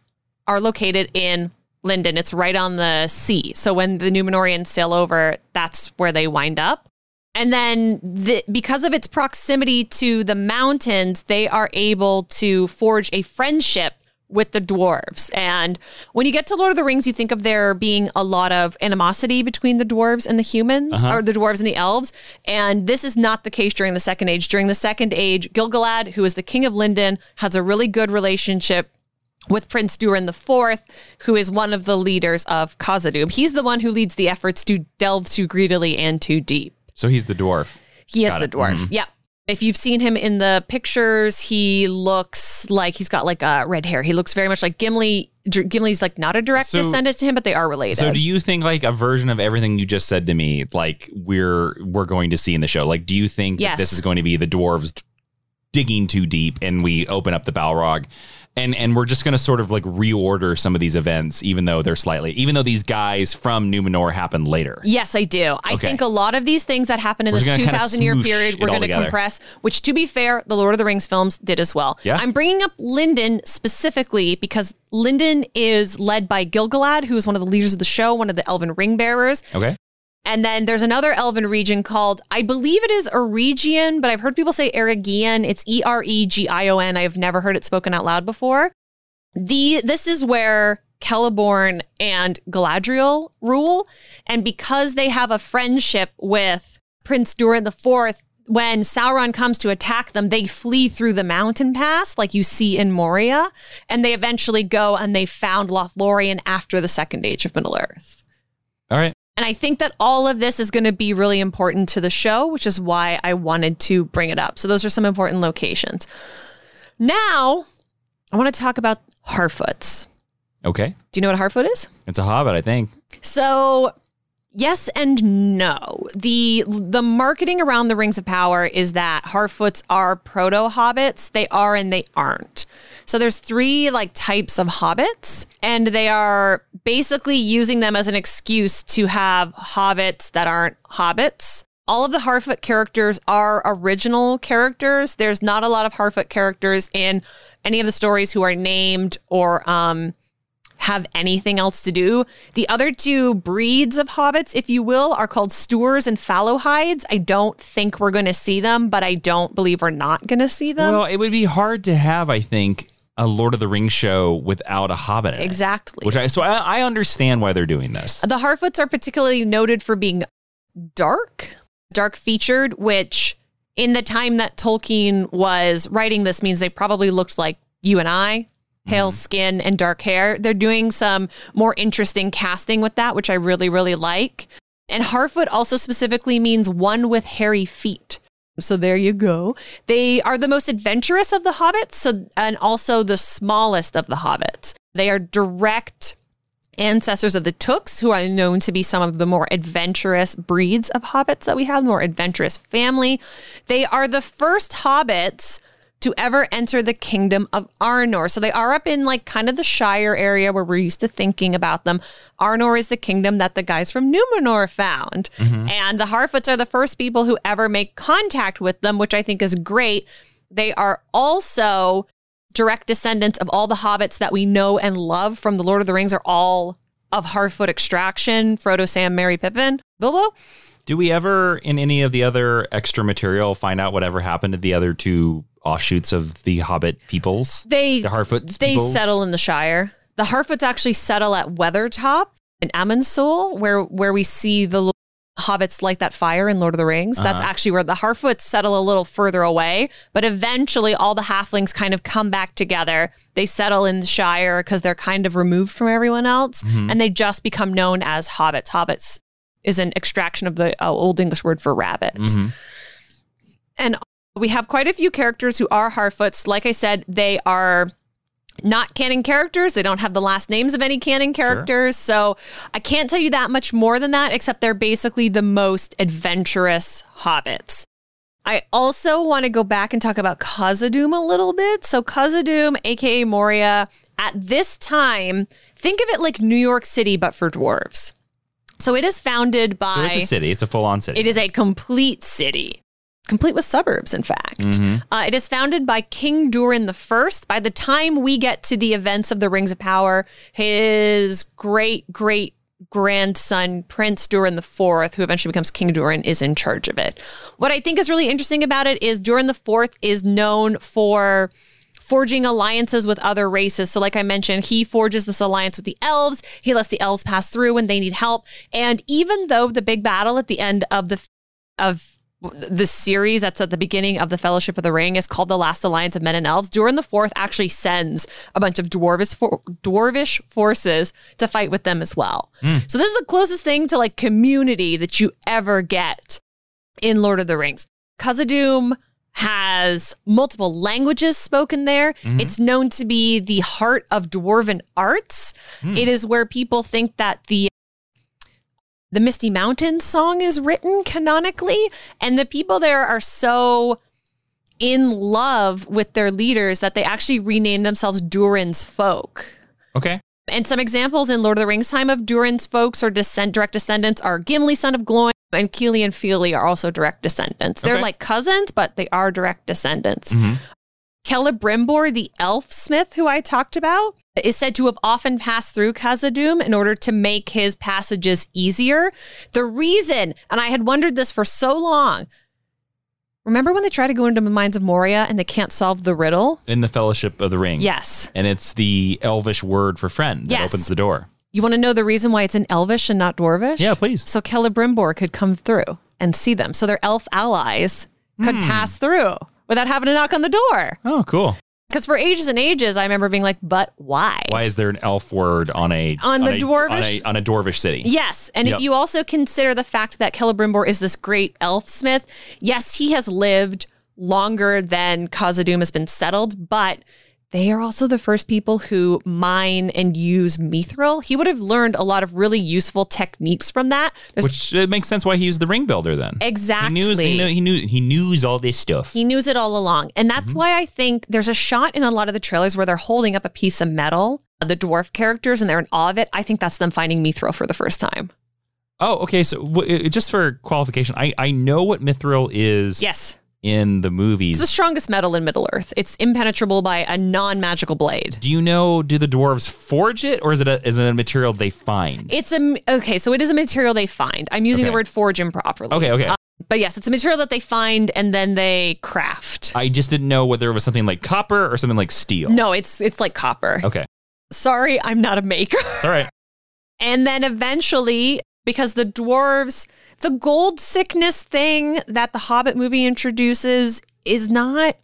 S1: are located in Linden. It's right on the sea. So when the Numenorians sail over, that's where they wind up. And then the, because of its proximity to the mountains, they are able to forge a friendship with the dwarves. And when you get to Lord of the Rings, you think of there being a lot of animosity between the dwarves and the humans, or the dwarves and the elves. And this is not the case during the Second Age. During the Second Age, Gilgalad, who is the king of Lindon, has a really good relationship with Prince Durin IV, who is one of the leaders of Khazad-dûm. He's the one who leads the efforts to delve too greedily and too deep.
S2: so he's the dwarf.
S1: He is
S2: Got
S1: the
S2: it. Mm-hmm.
S1: dwarf. Yeah. If you've seen him in the pictures, he looks like he's got like uh, red hair. He looks very much like Gimli. Dr- Gimli's like not a direct
S2: So-
S1: descendant to him, but they are related.
S2: So do you think like a version of everything you just said to me, like we're we're going to see in the show? Like, do you think that
S1: Yes.
S2: this is going to be the dwarves digging too deep and we open up the Balrog? And, and we're just going to sort of like reorder some of these events, even though they're slightly, even though these guys from Numenor happen later.
S1: Yes, I do. I
S2: Okay.
S1: think a lot of these things that happen in
S2: We're
S1: this
S2: just gonna kinda
S1: 2,000 year
S2: smoosh
S1: period,
S2: it
S1: we're
S2: all
S1: going to
S2: together.
S1: compress, which to be fair, the Lord of the Rings films did as well.
S2: Yeah.
S1: I'm bringing up Lyndon specifically because Lyndon is led by Gilgalad, who is one of the leaders of the show, one of the elven ring bearers.
S2: Okay.
S1: And then there's another elven region called, I believe it is Eregion, but I've heard people say Eregion. It's E R E G I O N. I've never heard it spoken out loud before. The This is where Celeborn and Galadriel rule. And because they have a friendship with Prince Durin IV, when Sauron comes to attack them, they flee through the mountain pass, like you see in Moria. And they eventually go and they found Lothlorien after the Second Age of Middle Earth.
S2: All right.
S1: And I think that all of this is going to be really important to the show, which is why I wanted to bring it up. So those are some important locations. Now, I want to talk about Harfoots.
S2: Okay.
S1: Do you know what a Harfoot is?
S2: It's a hobbit, I think.
S1: So, yes and no. The the marketing around the Rings of Power is that Harfoots are proto hobbits. They are and they aren't. So there's three like types of hobbits and they are basically using them as an excuse to have hobbits that aren't hobbits. All of the Harfoot characters are original characters. There's not a lot of Harfoot characters in any of the stories who are named or um have anything else to do. The other two breeds of hobbits, if you will, are called Stewars and Fallowhides. I don't think we're going to see them, but I don't believe we're not going to see them.
S2: well, it would be hard to have, I think, a Lord of the Rings show without a hobbit. in it.
S1: exactly.
S2: Which I, so I, I understand why they're doing this.
S1: the Harfoots are particularly noted for being dark, dark featured, which in the time that Tolkien was writing this means they probably looked like you and I. Pale skin and dark hair. They're doing some more interesting casting with that, which I really, really like. And Harfoot also specifically means one with hairy feet. So there you go. They are the most adventurous of the hobbits, so and also the smallest of the hobbits. They are direct ancestors of the Tooks, who are known to be some of the more adventurous breeds of hobbits that we have, more adventurous family. They are the first hobbits to ever enter the kingdom of Arnor. So they are up in like kind of the Shire area where we're used to thinking about them. Arnor is the kingdom that the guys from Numenor found. And the Harfoots are the first people who ever make contact with them, which I think is great. They are also direct descendants of all the hobbits that we know and love from The Lord of the Rings are all of Harfoot extraction, Frodo, Sam, Mary, Pippin, Bilbo.
S2: Do we ever, in any of the other extra material, find out whatever happened to the other two offshoots of the Hobbit peoples?
S1: They
S2: The Harfoots
S1: they
S2: peoples?
S1: settle in the Shire. The Harfoots actually settle at Weathertop in Amonsul, where where we see the l- hobbits light that fire in Lord of the Rings. That's
S2: Uh-huh.
S1: actually where the Harfoots settle a little further away, but eventually all the halflings kind of come back together. They settle in the Shire because they're kind of removed from everyone else,
S2: Mm-hmm.
S1: and they just become known as hobbits. Hobbits is an extraction of the uh, old English word for rabbit.
S2: Mhm.
S1: And we have quite a few characters who are Harfoots. Like I said, they are not canon characters. They don't have the last names of any canon characters. So I can't tell you that much more than that, except they're basically the most adventurous hobbits. I also want to go back and talk about Khazad-dûm a little bit. So Khazad-dûm, aka Moria, at this time, think of it like New York City, but for dwarves. So it is founded by
S2: So it's a city. It's a full on city.
S1: it is a complete city, complete with suburbs, in fact. Uh, it is founded by King Durin the First. By the time we get to the events of the Rings of Power, his great great grandson, Prince Durin the Fourth, who eventually becomes King Durin, is in charge of it. What I think is really interesting about it is Durin the Fourth is known for forging alliances with other races. So, like I mentioned, he forges this alliance with the elves. He lets the elves pass through when they need help. And even though the big battle at the end of the of the series that's at the beginning of the Fellowship of the Ring is called the Last Alliance of Men and Elves. Durin the Fourth actually sends a bunch of dwarvish for- dwarvish forces to fight with them as well. So this is the closest thing to like community that you ever get in Lord of the Rings. Khazad-dûm has multiple languages spoken there. It's known to be the heart of dwarven arts. It is where people think that the the Misty Mountains song is written canonically, and the people there are so in love with their leaders that they actually rename themselves Durin's folk.
S2: okay.
S1: And some examples in Lord of the Rings time of Durin's folks or descent direct descendants are Gimli, son of Gloin, and Keely and Feely are also direct descendants. They're
S2: Okay.
S1: like cousins, but they are direct descendants. Celebrimbor, the elf smith who I talked about, is said to have often passed through Khazad-dûm in order to make his passages easier. The reason, and I had wondered this for so long, remember when they try to go into the mines of Moria and they can't solve the riddle?
S2: In the Fellowship of the Ring.
S1: Yes.
S2: And it's the Elvish word for friend that
S1: Yes.
S2: opens the door.
S1: You want to know the reason why it's in Elvish and not Dwarvish?
S2: Yeah, please.
S1: So Celebrimbor could come through and see them. So their elf allies
S2: Hmm.
S1: could pass through without having to knock on the door.
S2: Oh, cool.
S1: Because for ages and ages, I remember being like, but why?
S2: Why is there an elf word on a
S1: On the
S2: a- on
S1: Dwarvish-
S2: a, on a dwarvish city?
S1: Yes. And
S2: Yep.
S1: if you also consider the fact that Celebrimbor is this great elf smith, yes, he has lived longer than Khazad-dûm has been settled, but they are also the first people who mine and use mithril. He would have learned a lot of really useful techniques from that. There's
S2: Which it makes sense why he was the ring builder then.
S1: Exactly.
S2: He knew he knew he knew, he knew all this stuff.
S1: He knows it all along. And that's
S2: Mm-hmm.
S1: why I think there's a shot in a lot of the trailers where they're holding up a piece of metal, uh, the dwarf characters, and they're in awe of it. I think that's them finding Mithril for the first time.
S2: oh, okay. So w- just for qualification, I, I know what mithril is
S1: Yes.
S2: in the movies.
S1: It's the strongest metal in Middle Earth. It's impenetrable by a non magical blade.
S2: Do you know? Do the dwarves forge it, or is it a, is it a material they find?
S1: It's a, okay, so it is a material they find. I'm using the
S2: Okay.
S1: word forge improperly.
S2: okay, okay.
S1: But yes, it's a material that they find and then they craft.
S2: I just didn't know whether it was something like copper or something like steel.
S1: no, it's it's like copper.
S2: Okay,
S1: Sorry, I'm not a maker.
S2: it's all right.
S1: And then eventually, because the dwarves, the gold sickness thing that the Hobbit movie introduces is not.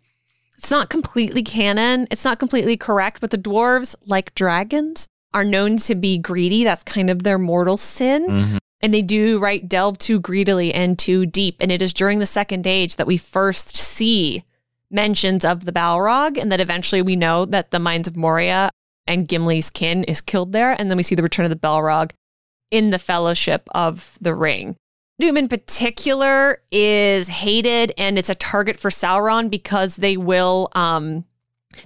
S1: It's not completely canon. It's not completely correct, but the dwarves, like dragons, are known to be greedy. That's kind of their mortal sin.
S2: Mm-hmm.
S1: And they do, right, delve too greedily and too deep. And it is during the Second Age that we first see mentions of the Balrog, and that eventually we know that the Mines of Moria and Gimli's kin is killed there. And then we see the return of the Balrog in the Fellowship of the Ring. Doom in particular is hated and it's a target for Sauron because they will um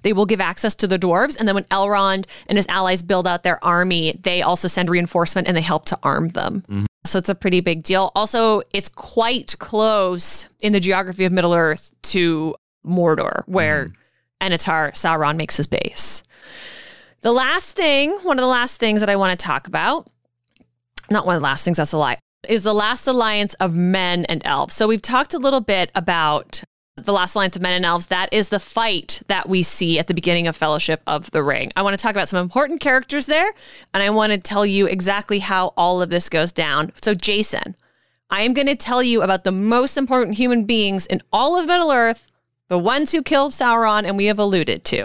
S1: they will give access to the dwarves and then when Elrond and his allies build out their army, they also send reinforcement and they help to arm them. So it's a pretty big deal. Also, it's quite close in the geography of Middle Earth to Mordor where Anatar Sauron makes his base. The last thing, one of the last things that I want to talk about not one of the last things, that's a lie, is the last alliance of men and elves. So we've talked a little bit about the last alliance of men and elves. That is the fight that we see at the beginning of Fellowship of the Ring. I want to talk about some important characters there, and I want to tell you exactly how all of this goes down. So, Jason, I am going to tell you about the most important human beings in all of Middle Earth, the ones who killed Sauron, and we have alluded to.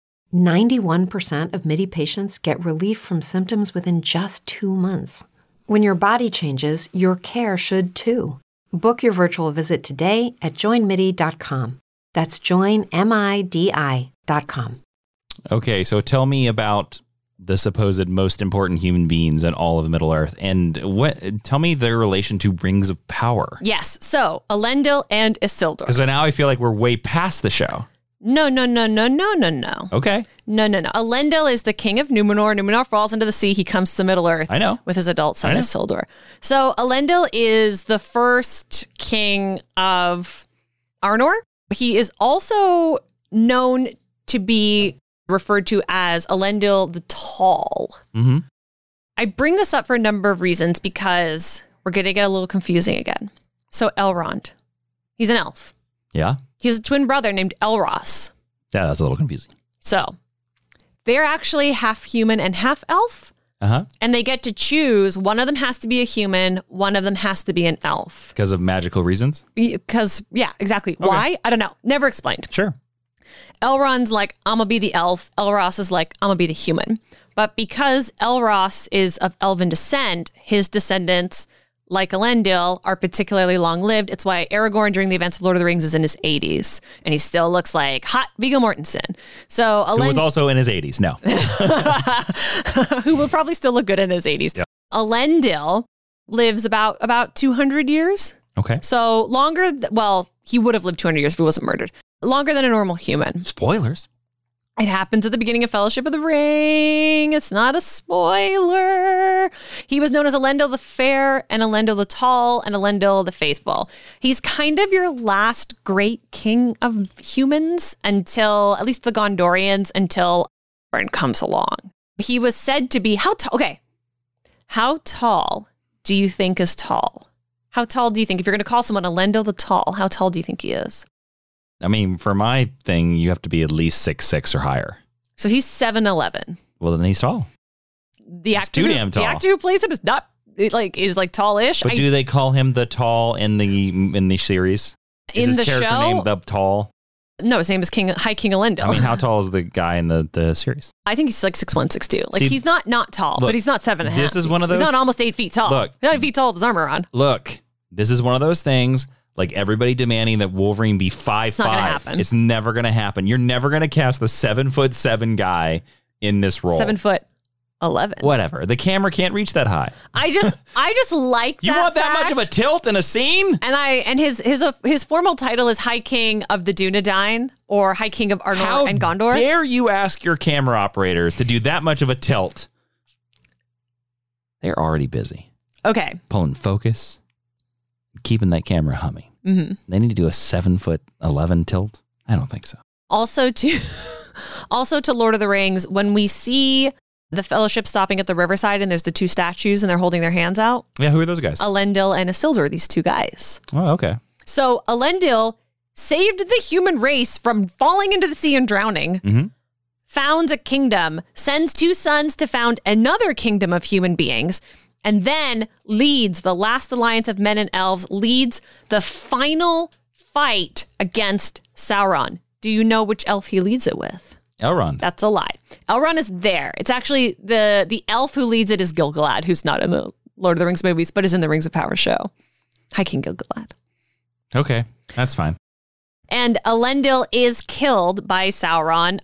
S5: 91% of MIDI patients get relief from symptoms within just two months. When your body changes, your care should too. Book your virtual visit today at joinmidi.com. That's joinmidi.com.
S2: Okay, so tell me about the supposed most important human beings in all of Middle Earth, and what? Tell me their relation to rings of power.
S1: Yes, so Elendil and
S2: Because
S1: Isildur.
S2: now I feel like we're way past the show.
S1: No, no, no, no, no, no, no.
S2: Okay,
S1: No, no, no. Elendil is the king of Numenor. Numenor falls into the sea. He comes to Middle Earth.
S2: I know.
S1: With his adult
S2: I
S1: son,
S2: know.
S1: Isildur. So Elendil is the first king of Arnor. He is also known to be referred to as Elendil the Tall.
S2: hmm
S1: I bring this up for a number of reasons because we're going to get a little confusing again. So Elrond, he's an elf.
S2: yeah,
S1: He has a twin brother named Elros.
S2: yeah, that's a little confusing.
S1: So they're actually half human and half elf,
S2: Uh huh.
S1: and they get to choose. One of them has to be a human, one of them has to be an elf.
S2: Because of magical reasons.
S1: Because, yeah, exactly. Why? I don't know. Never explained.
S2: Sure.
S1: Elrond's like, I'm gonna be the elf. Elros is like, I'm gonna be the human. But because Elros is of elven descent, his descendants, like Elendil, are particularly long lived. It's why Aragorn during the events of Lord of the Rings is in his 80s and he still looks like hot Viggo Mortensen. So
S2: Who
S1: Elendil.
S2: was also in his 80s. No.
S1: who will probably still look good in his 80s. Elendil lives about about 200 years.
S2: Okay.
S1: So longer th- well, he would have lived 200 years if he wasn't murdered. Longer than a normal human.
S2: Spoilers.
S1: It happens at the beginning of Fellowship of the Ring. It's not a spoiler. He was known as Elendil the Fair and Elendil the Tall and Elendil the Faithful. He's kind of your last great king of humans until, at least the Gondorians, until Aragorn comes along. He was said to be, how tall? Okay. How tall do you think is tall? How tall do you think, if you're going to call someone Elendil the Tall, how tall do you think he is?
S2: I mean, for my thing, you have to be at least six six or higher.
S1: So he's 7'11.
S2: Well, then he's tall.
S1: the actor,
S2: too
S1: who,
S2: damn
S1: the
S2: tall.
S1: actor who plays him is not it, like is like tallish.
S2: But
S1: I-
S2: do they call him the tall in the in the series? Is
S1: In
S2: his
S1: the
S2: character
S1: show?
S2: named the tall?
S1: no, his name is King High King Alindo.
S2: I mean, how tall is the guy in the, the series?
S1: I think he's like six one, six two. Like
S2: See,
S1: he's not not tall,
S2: look,
S1: but he's not seven and a half.
S2: this is one of
S1: feet. He's
S2: those-
S1: not almost eight feet tall.
S2: Look.
S1: not eight feet tall with his armor on.
S2: Look, this is one of those things. Like everybody demanding that Wolverine be five
S1: not gonna
S2: five.
S1: happen.
S2: It's never gonna happen. You're never gonna cast the seven foot seven guy in this role.
S1: Seven foot eleven.
S2: Whatever. The camera can't reach that high.
S1: I just I just like
S2: You
S1: that
S2: want that much
S1: fact.
S2: of a tilt in a scene?
S1: And I and his his uh, his formal title is High King of the Dunedain or High King of Arnor
S2: How
S1: and Gondor.
S2: dare you ask your camera operators to do that much of a tilt? They're already busy
S1: okay,
S2: pulling focus, keeping that camera humming. Mm-hmm. They need to do a seven foot eleven tilt. I don't think so.
S1: also to also to Lord of the Rings when we see the Fellowship stopping at the riverside and there's the two statues and they're holding their hands out.
S2: Yeah, who are those guys?
S1: Elendil and Isildur, are these two guys.
S2: oh, okay.
S1: So Elendil saved the human race from falling into the sea and drowning.
S2: Mhm.
S1: Founds a kingdom, sends two sons to found another kingdom of human beings, and then leads the last alliance of men and elves, leads the final fight against Sauron. Do you know which elf he leads it with?
S2: Elrond.
S1: That's a lie. Elrond is there. It's actually the the elf who leads it is Gilgalad, who's not in the Lord of the Rings movies, but is in the Rings of Power show. Hi, King Gilgalad.
S2: okay, that's fine.
S1: And Elendil is killed by Sauron.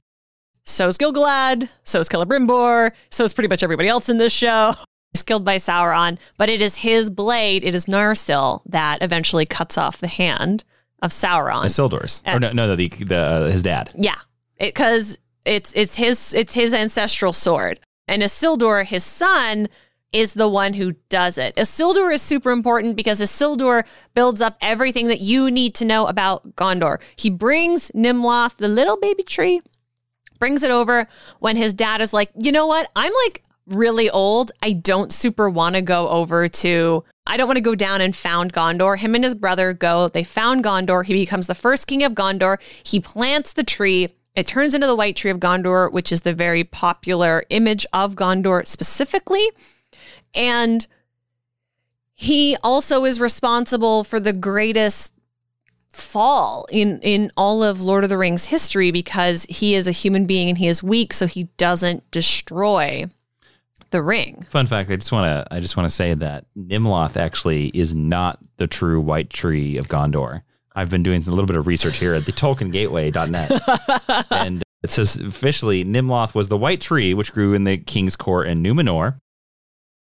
S1: So's Gilgalad, so's Celebrimbor, so's pretty much everybody else in this show. Is killed by Sauron, but it is his blade, it is Narsil, that eventually cuts off the hand of Sauron.
S2: Isildur's.
S1: Uh,
S2: or no, no, the the uh, his dad.
S1: Yeah, because it's it's his it's his ancestral sword, and Isildur, his son, is the one who does it. Isildur is super important because Isildur builds up everything that you need to know about Gondor. He brings Nimloth, the little baby tree, brings it over when his dad is like, you know what? I'm like really old. I don't super want to go over to, I don't want to go down and found Gondor. Him and his brother go, they found Gondor. He becomes the first king of Gondor. He plants the tree. It turns into the white tree of Gondor, which is the very popular image of Gondor specifically. And he also is responsible for the greatest fall in in all of Lord of the Rings history because he is a human being and he is weak, so he doesn't destroy the ring.
S2: Fun fact: I just want to I just want to say that Nimloth actually is not the true White Tree of Gondor. I've been doing a little bit of research here at the TolkienGateway.net, and it says officially Nimloth was the White Tree which grew in the King's Court in Numenor.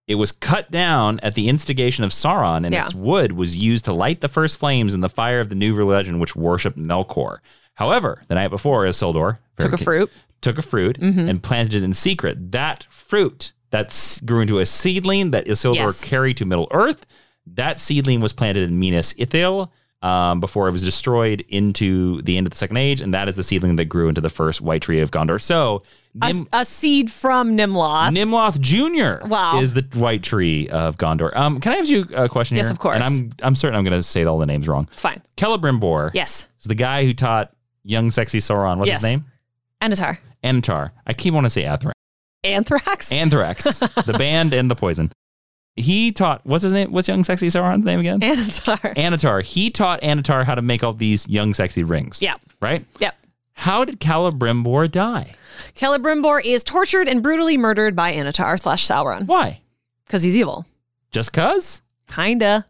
S2: It was cut down at the instigation of Sauron, and
S1: Yeah.
S2: its wood was used to light the first flames in the fire of the new religion which worshipped Melkor. However, the night before, Isildur
S1: Took a fruit.
S2: took a fruit
S1: Mm-hmm.
S2: and planted it in secret. That fruit that s- grew into a seedling that Isildur
S1: Yes.
S2: carried to Middle Earth. That seedling was planted in Minas Ithil um, before it was destroyed into the end of the Second Age, and that is the seedling that grew into the first White Tree of Gondor. So
S1: A,
S2: Nim-
S1: a seed from Nimloth.
S2: Nimloth Junior
S1: Wow.
S2: is the White Tree of Gondor. Um, can I ask you a question?
S1: Yes,
S2: here?
S1: of course.
S2: And I'm I'm certain I'm going to say all the names wrong.
S1: it's fine.
S2: Celebrimbor
S1: Yes.
S2: is the guy who taught young sexy Sauron. What's
S1: Yes.
S2: his name?
S1: Anatar.
S2: Anatar. I keep wanting to say Atherin.
S1: Anthrax.
S2: Anthrax, the band and the poison. He taught what's his name? What's young sexy Sauron's name again?
S1: Anatar.
S2: Anatar. He taught Anatar how to make all these young sexy rings.
S1: Yeah.
S2: Right?
S1: Yep.
S2: How did Celebrimbor die?
S1: Celebrimbor is tortured and brutally murdered by Anatar slash Sauron
S2: Why?
S1: because he's evil.
S2: Just cuz?
S1: Kinda.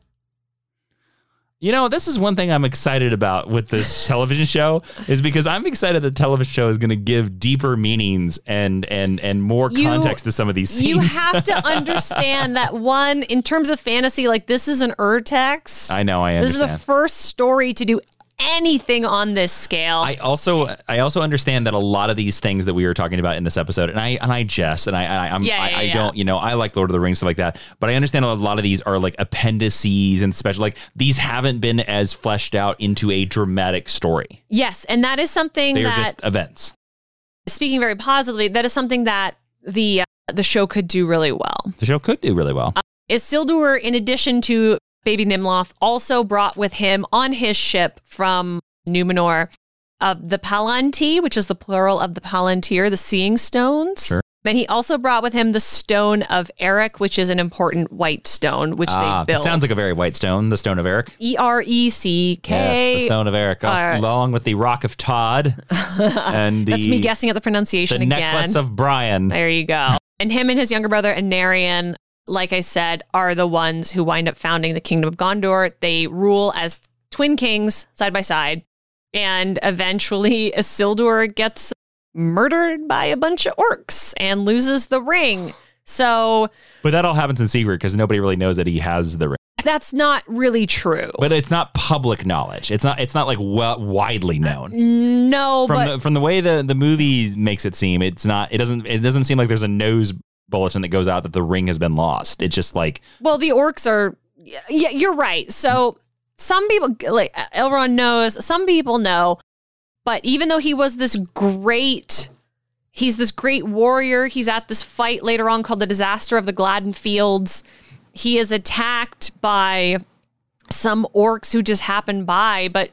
S2: You know, this is one thing I'm excited about with this television show is because I'm excited that the television show is going to give deeper meanings and and and more
S1: You-
S2: context to some of these scenes.
S1: You have to understand that one, in terms of fantasy, like this is an urtext.
S2: I know, I
S1: This is
S2: understand.
S1: the first story to do anything on this scale.
S2: I also I also understand that a lot of these things that we were talking about in this episode, and I and I jest and I, I I'm
S1: Yeah,
S2: I,
S1: yeah,
S2: I
S1: yeah.
S2: don't you know I like Lord of the Rings stuff like that, but I understand a lot of these are like appendices and special like these haven't been as fleshed out into a dramatic story.
S1: yes, and that is something
S2: They are
S1: that
S2: just events.
S1: speaking very positively, that is something that the uh, the show could do really well.
S2: The show could do really well.
S1: Isildur, in addition to baby Nimloth, also brought with him on his ship from Numenor uh, the Palantir, which is the plural of the Palantir, the Seeing Stones.
S2: Sure.
S1: Then he also brought with him the stone of Eric, which is an important white stone, which
S2: Ah,
S1: they
S2: that
S1: built.
S2: sounds like a very white stone, the stone of Eric.
S1: E R E C
S2: Yes,
S1: K.
S2: the stone of Eric, al-
S1: All right.
S2: along with the rock of Todd and the,
S1: That's me guessing at the
S2: the
S1: pronunciation again.
S2: necklace of Brian.
S1: There you go. And him and his younger brother Anarion, like I said, are the ones who wind up founding the kingdom of Gondor. They rule as twin kings side by side. And eventually Isildur gets murdered by a bunch of orcs and loses the ring. So
S2: But that all happens in secret because nobody really knows that he has the ring.
S1: that's not really true.
S2: But it's not public knowledge. It's not. It's not like well, widely known.
S1: no,
S2: From
S1: but
S2: the, from the way the the movie makes it seem, it's not. It doesn't. It doesn't seem like there's a news bulletin that goes out that the ring has been lost. It's just like
S1: Well, the orcs are. Yeah, you're right. So some people, like Elrond knows, some people know, but even though he was this great, he's this great warrior. He's at this fight later on called the Disaster of the Gladden Fields. He is attacked by some orcs who just happen by, but.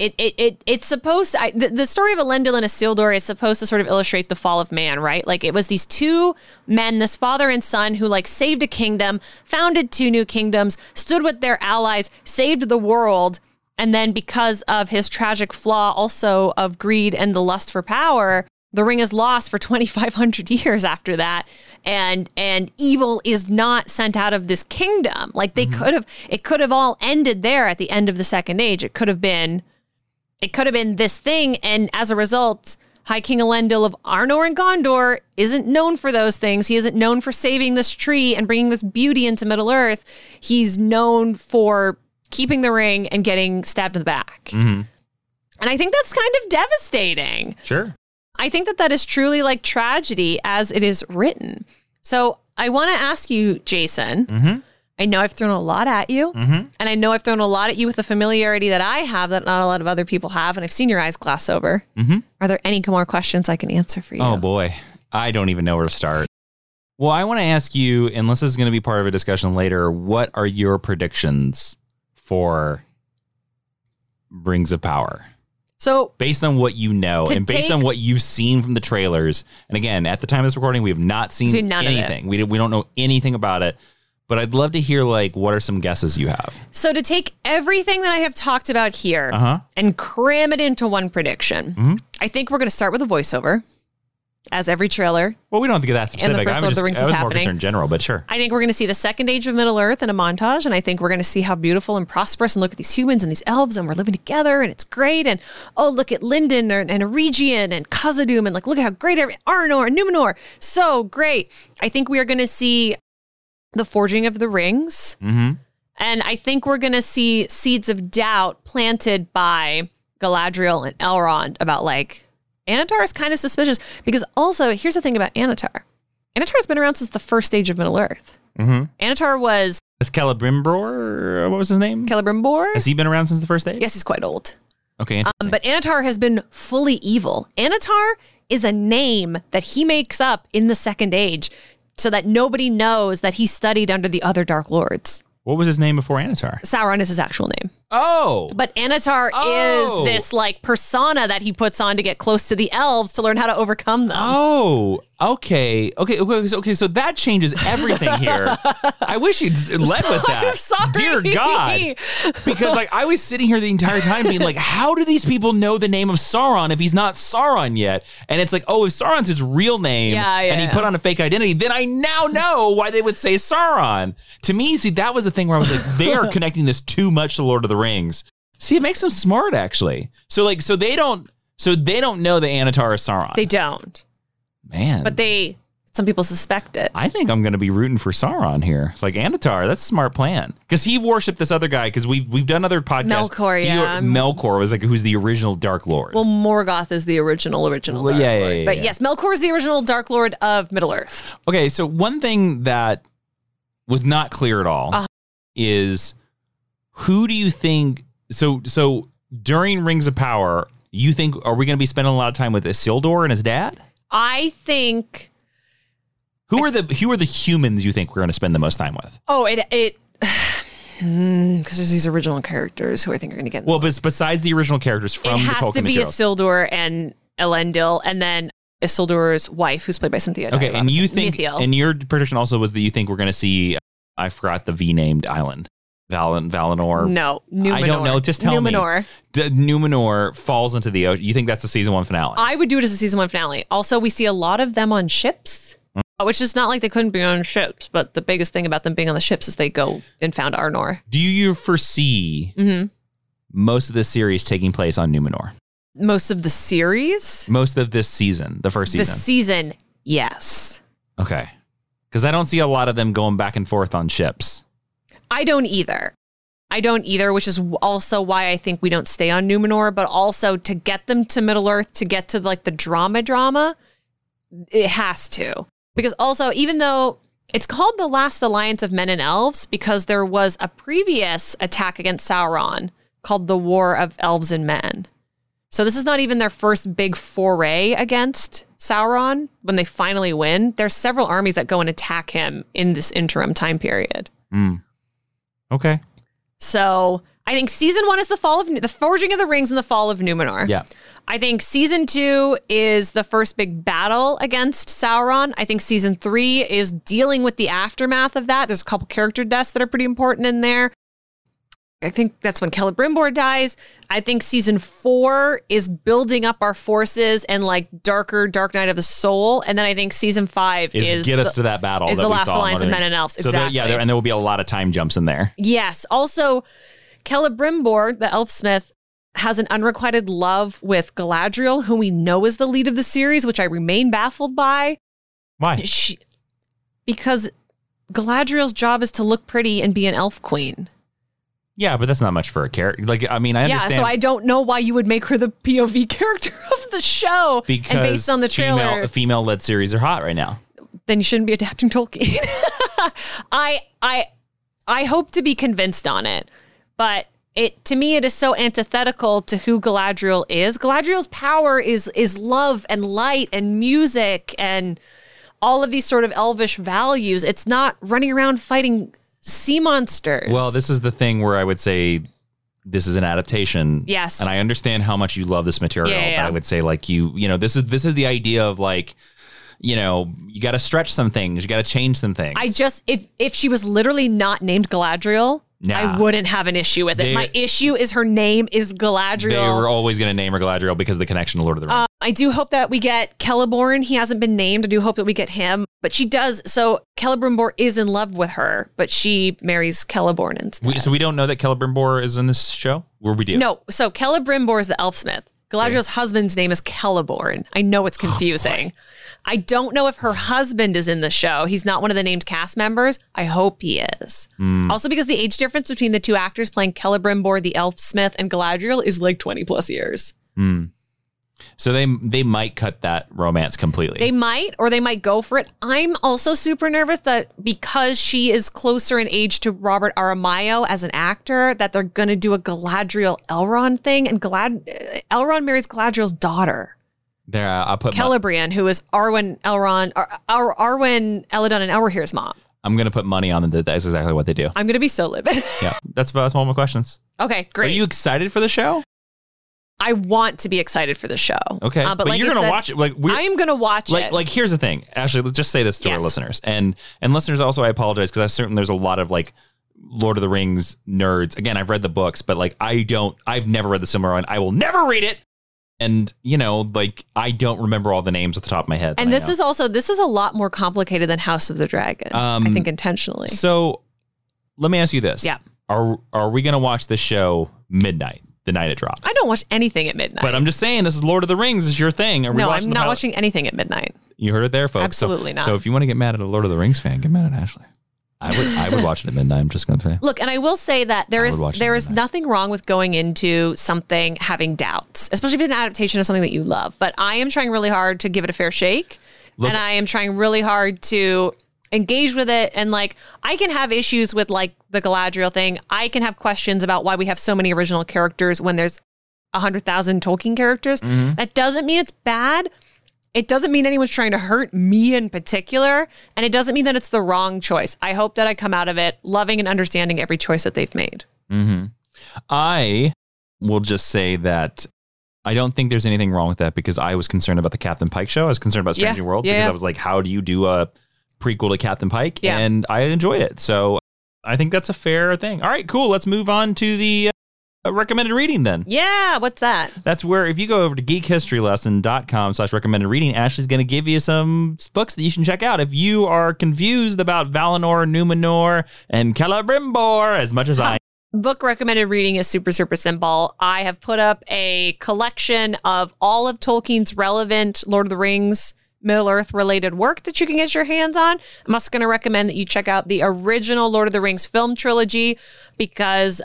S1: It, it, it it's supposed I, the, the story of Elendil and Isildur is supposed to sort of illustrate the fall of man, right? Like it was these two men, this father and son, who like saved a kingdom, founded two new kingdoms, stood with their allies, saved the world, and then because of his tragic flaw, also of greed and the lust for power, the ring is lost for 2500 years after that and and evil is not sent out of this kingdom like they could have it could have all ended there at the end of the second age it could have been it could have been this thing and as a result high king elendil of arnor and gondor isn't known for those things he isn't known for saving this tree and bringing this beauty into middle earth he's known for keeping the ring and getting stabbed in the back and i think that's kind of devastating
S2: sure.
S1: I think that that is truly like tragedy as it is written. So I want to ask you, Jason. I know I've thrown a lot at you, and I know I've thrown a lot at you with the familiarity that I have that not a lot of other people have, and I've seen your eyes glass over. Are there any more questions I can answer for you?
S2: Oh boy, I don't even know where to start. Well, I want to ask you, and this is going to be part of a discussion later. What are your predictions for Rings of Power?
S1: so
S2: based on what you know
S1: To
S2: and based
S1: take-
S2: on what you've seen from the trailers. And again, at the time of this recording, we have not seen
S1: Seen none of it.
S2: anything. We did, we don't know anything about it. But I'd love to hear like what are some guesses you have?
S1: So to take everything that I have talked about here and cram it into one prediction, I think we're going to start with a voiceover, as every trailer
S2: Well, we don't have to get that
S1: the
S2: specific.
S1: first
S2: I'm
S1: Lord of
S2: just,
S1: the Rings
S2: I
S1: is
S2: was more
S1: happening.
S2: concerned general, but sure.
S1: I think we're going to see the second age of Middle Earth in a montage, and I think we're going to see how beautiful and prosperous and look at these humans and these elves, and we're living together, and it's great. And oh, look at Lindon and, and Eregion and Khazad-dûm, and like look at how great every- Arnor, Numenor, so great. I think we are going to see the forging of the rings, and I think we're going to see seeds of doubt planted by Galadriel and Elrond about like Anatar is kind of suspicious because also here's the thing about Anatar. Anatar's been around since the first stage of Middle Earth.
S2: Mm-hmm.
S1: Anatar was
S2: Is Celebrimbor? What was his name?
S1: Celebrimbor.
S2: Has he been around since the first day?
S1: yes, he's quite old.
S2: Okay.
S1: Um,
S2: Interesting.
S1: but Anatar has been fully evil. Anatar is a name that he makes up in the Second Age so that nobody knows that he studied under the other Dark Lords.
S2: what was his name before Anatar?
S1: Sauron is his actual name.
S2: Oh,
S1: But Anatar
S2: Oh.
S1: is this like persona that he puts on to get close to the elves to learn how to overcome them.
S2: Oh, okay, okay, okay, so- okay. So that changes everything here. I wish you'd s- led with that.
S1: I'm sorry.
S2: Dear God, because like I was sitting here the entire time being like, how do these people know the name of Sauron if he's not Sauron yet? And it's like, oh, if Sauron's his real name,
S1: Yeah, yeah,
S2: and he
S1: yeah.
S2: put on a fake identity, then I now know why they would say Sauron. To me, see, that was the thing where I was like, they are connecting this too much to Lord of the Rings. See, it makes them smart actually. So like, so they don't. So they don't know that Anatar is Sauron.
S1: They don't.
S2: Man,
S1: But they some people suspect it.
S2: I think I'm going to be rooting for Sauron here. Like Anatar, that's a smart plan because he worshipped this other guy because we've we've done other podcasts.
S1: Melkor,
S2: He-
S1: yeah.
S2: Melkor was like who's the original Dark Lord.
S1: Well, Morgoth is the original original
S2: Well,
S1: Dark
S2: yeah, yeah,
S1: Lord.
S2: yeah,
S1: but
S2: yeah.
S1: yes, Melkor is the original Dark Lord of Middle Earth.
S2: okay, so one thing that was not clear at all
S1: Uh-huh.
S2: is who do you think? So so during Rings of Power, you think are we going to be spending a lot of time with Isildur and his dad?
S1: I think.
S2: Who are the who are the humans you think we're going to spend the most time with?
S1: Oh, it it because there's these original characters who I think are going to get. in the
S2: Well, but besides the original characters
S1: it
S2: from the
S1: has
S2: Tolkien
S1: to be
S2: materials,
S1: Isildur and Elendil, and then Isildur's wife, who's played by Cynthia.
S2: Okay,
S1: Dyer
S2: and you
S1: Robinson.
S2: think,
S1: Mithiel.
S2: and your prediction also was that you think we're going to see, uh, I forgot the V named island, Valen, Valinor.
S1: no, Numenor.
S2: I don't know. Just tell me.
S1: Numenor.
S2: D- Numenor falls into the ocean. You think that's the season one finale?
S1: I would do it as a season one finale. Also, we see a lot of them on ships,
S2: Mm.
S1: which is not like they couldn't be on ships, but the biggest thing about them being on the ships is they go and found Arnor.
S2: Do you foresee
S1: Mm-hmm.
S2: most of the series taking place on Numenor?
S1: Most of the series,
S2: Most of this season, the first
S1: the
S2: season.
S1: season, yes.
S2: okay. Because I don't see a lot of them going back and forth on ships.
S1: I don't either. I don't either, which is also why I think we don't stay on Numenor, but also to get them to Middle Earth, to get to like the drama drama, it has to. Because also, even though it's called the Last Alliance of Men and Elves, because there was a previous attack against Sauron called the War of Elves and Men. So this is not even their first big foray against Sauron when they finally win. There's several armies that go and attack him in this interim time period.
S2: Okay.
S1: So I think season one is the fall of the forging of the rings and the fall of Numenor.
S2: Yeah.
S1: I think season two is the first big battle against Sauron. I think season three is dealing with the aftermath of that. There's a couple character deaths that are pretty important in there. I think that's when Celebrimbor dies. I think season four is building up our forces and like darker Dark Night of the Soul. And then I think season five
S2: Is,
S1: is,
S2: get us
S1: the-
S2: to that battle.
S1: is
S2: that
S1: the
S2: we
S1: last
S2: saw on
S1: alliance of
S2: Lord
S1: men
S2: Rings.
S1: and elves.
S2: So there- yeah,
S1: Exactly.
S2: there, and there will be a lot of time jumps in there.
S1: Yes. Also, Celebrimbor, the elfsmith, has an unrequited love with Galadriel, who we know is the lead of the series, which I remain baffled by.
S2: Why?
S1: She, because Galadriel's job is to look pretty and be an elf queen.
S2: Yeah, but that's not much for a character. Like, I mean, I
S1: yeah,
S2: understand.
S1: so I don't know why you would make her the POV character of the show.
S2: because
S1: and based on the trailer,
S2: female led series are hot right now.
S1: then you shouldn't be adapting Tolkien. I I I hope to be convinced on it, but it to me it is so antithetical to who Galadriel is. Galadriel's power is is love and light and music and all of these sort of elvish values. It's not running around fighting sea monsters.
S2: Well, this is the thing where I would say this is an adaptation.
S1: Yes.
S2: And I understand how much you love this material,
S1: Yeah, yeah, yeah.
S2: but I would say like you, you know, this is this is the idea of like, you know, you got to stretch some things, you got to change some things.
S1: I just if if she was literally not named Galadriel,
S2: Nah.
S1: I wouldn't have an issue with it.
S2: They-
S1: My issue is her name is Galadriel.
S2: they were always going to name her Galadriel because of the connection to Lord of the Rings.
S1: I do hope that we get Celeborn. He hasn't been named. I do hope that we get him, but she does. So Celebrimbor is in love with her, but she marries Celeborn instead.
S2: we, so we don't know that Celebrimbor is in this show. Where we do?
S1: No, so Celebrimbor is the elfsmith. Galadriel's husband's name is Celeborn. I know it's confusing. I don't know if her husband is in the show. He's not one of the named cast members. I hope he is. Also, because the age difference between the two actors playing Celebrimbor, the elfsmith, and Galadriel is like 20 plus years.
S2: So they they might cut that romance completely.
S1: They might, or they might go for it. I'm also super nervous that because she is closer in age to Robert Aramayo as an actor, that they're going to do a Galadriel Elrond thing. And Galad- Elrond marries Galadriel's daughter,
S2: there, I put. Mon-
S1: Celebrian, who is Arwen Elrond, Ar- Ar- Arwen Eladon and Elrohir's mom.
S2: I'm going to put money on that. That's exactly what they do.
S1: I'm going to be so livid.
S2: Yeah, that's about that's all my questions.
S1: okay, great.
S2: Are you excited for the show?
S1: I want to be excited for the show.
S2: Okay,
S1: Uh, but, like
S2: you're
S1: I
S2: gonna
S1: said,
S2: watch it. Like we're,
S1: I am going to watch
S2: like
S1: it.
S2: like here's the thing actually let's just say this to our
S1: Yes.
S2: listeners and and listeners also i apologize because i'm certain there's a lot of like lord of the rings nerds again i've read the books but like i don't i've never read the Silmarillion. i will never read it and you know like i don't remember all the names at the top of my head
S1: and
S2: that I
S1: this
S2: know.
S1: is also this is a lot more complicated than House of the Dragon. I
S2: Um,
S1: think intentionally.
S2: so let me ask you this
S1: Yeah.
S2: are are we gonna watch this show midnight the night it drops
S1: I don't watch anything at midnight.
S2: but i'm just saying this is lord of the rings is your thing are we
S1: no, I'm
S2: watching the
S1: not
S2: pilot?
S1: watching anything at midnight.
S2: You heard it there, folks. So-
S1: Absolutely not.
S2: So if you want to get mad at a Lord of the Rings fan, get mad at Ashley. I would I would watch it at midnight. I'm just going to say.
S1: Look, and I will say that there
S2: I
S1: is
S2: would watch it
S1: there
S2: at
S1: is
S2: midnight.
S1: nothing wrong with going into something having doubts, especially if it's an adaptation of something that you love. But I am trying really hard to give it a fair shake,
S2: Look-
S1: and I am trying really hard to engage with it. And like, I can have issues with like the Galadriel thing. I can have questions about why we have so many original characters when there's a hundred thousand Tolkien characters. That doesn't mean it's bad. It doesn't mean anyone's trying to hurt me in particular, and it doesn't mean that it's the wrong choice. I hope that I come out of it loving and understanding
S2: mm-hmm.
S1: every choice that they've made.
S2: I will just say that I don't think there's anything wrong with that because I was concerned about the Captain Pike show. I was concerned about
S1: Yeah,
S2: Stranger World
S1: yeah,
S2: because
S1: yeah.
S2: I was like, how do you do a prequel to Captain Pike?
S1: Yeah.
S2: And I enjoyed it. So I think that's a fair thing. All right, cool. Let's move on to the uh, recommended reading then.
S1: Yeah, what's that?
S2: That's where if you go over to geekhistorylesson.com slash recommended reading, Ashley's going to give you some books that you can check out. If you are confused about Valinor, Numenor, and Celebrimbor as much as I
S1: book recommended reading is super super simple i have put up a collection of all of tolkien's relevant lord of the rings middle earth related work that you can get your hands on i'm also going to recommend that you check out the original lord of the rings film trilogy because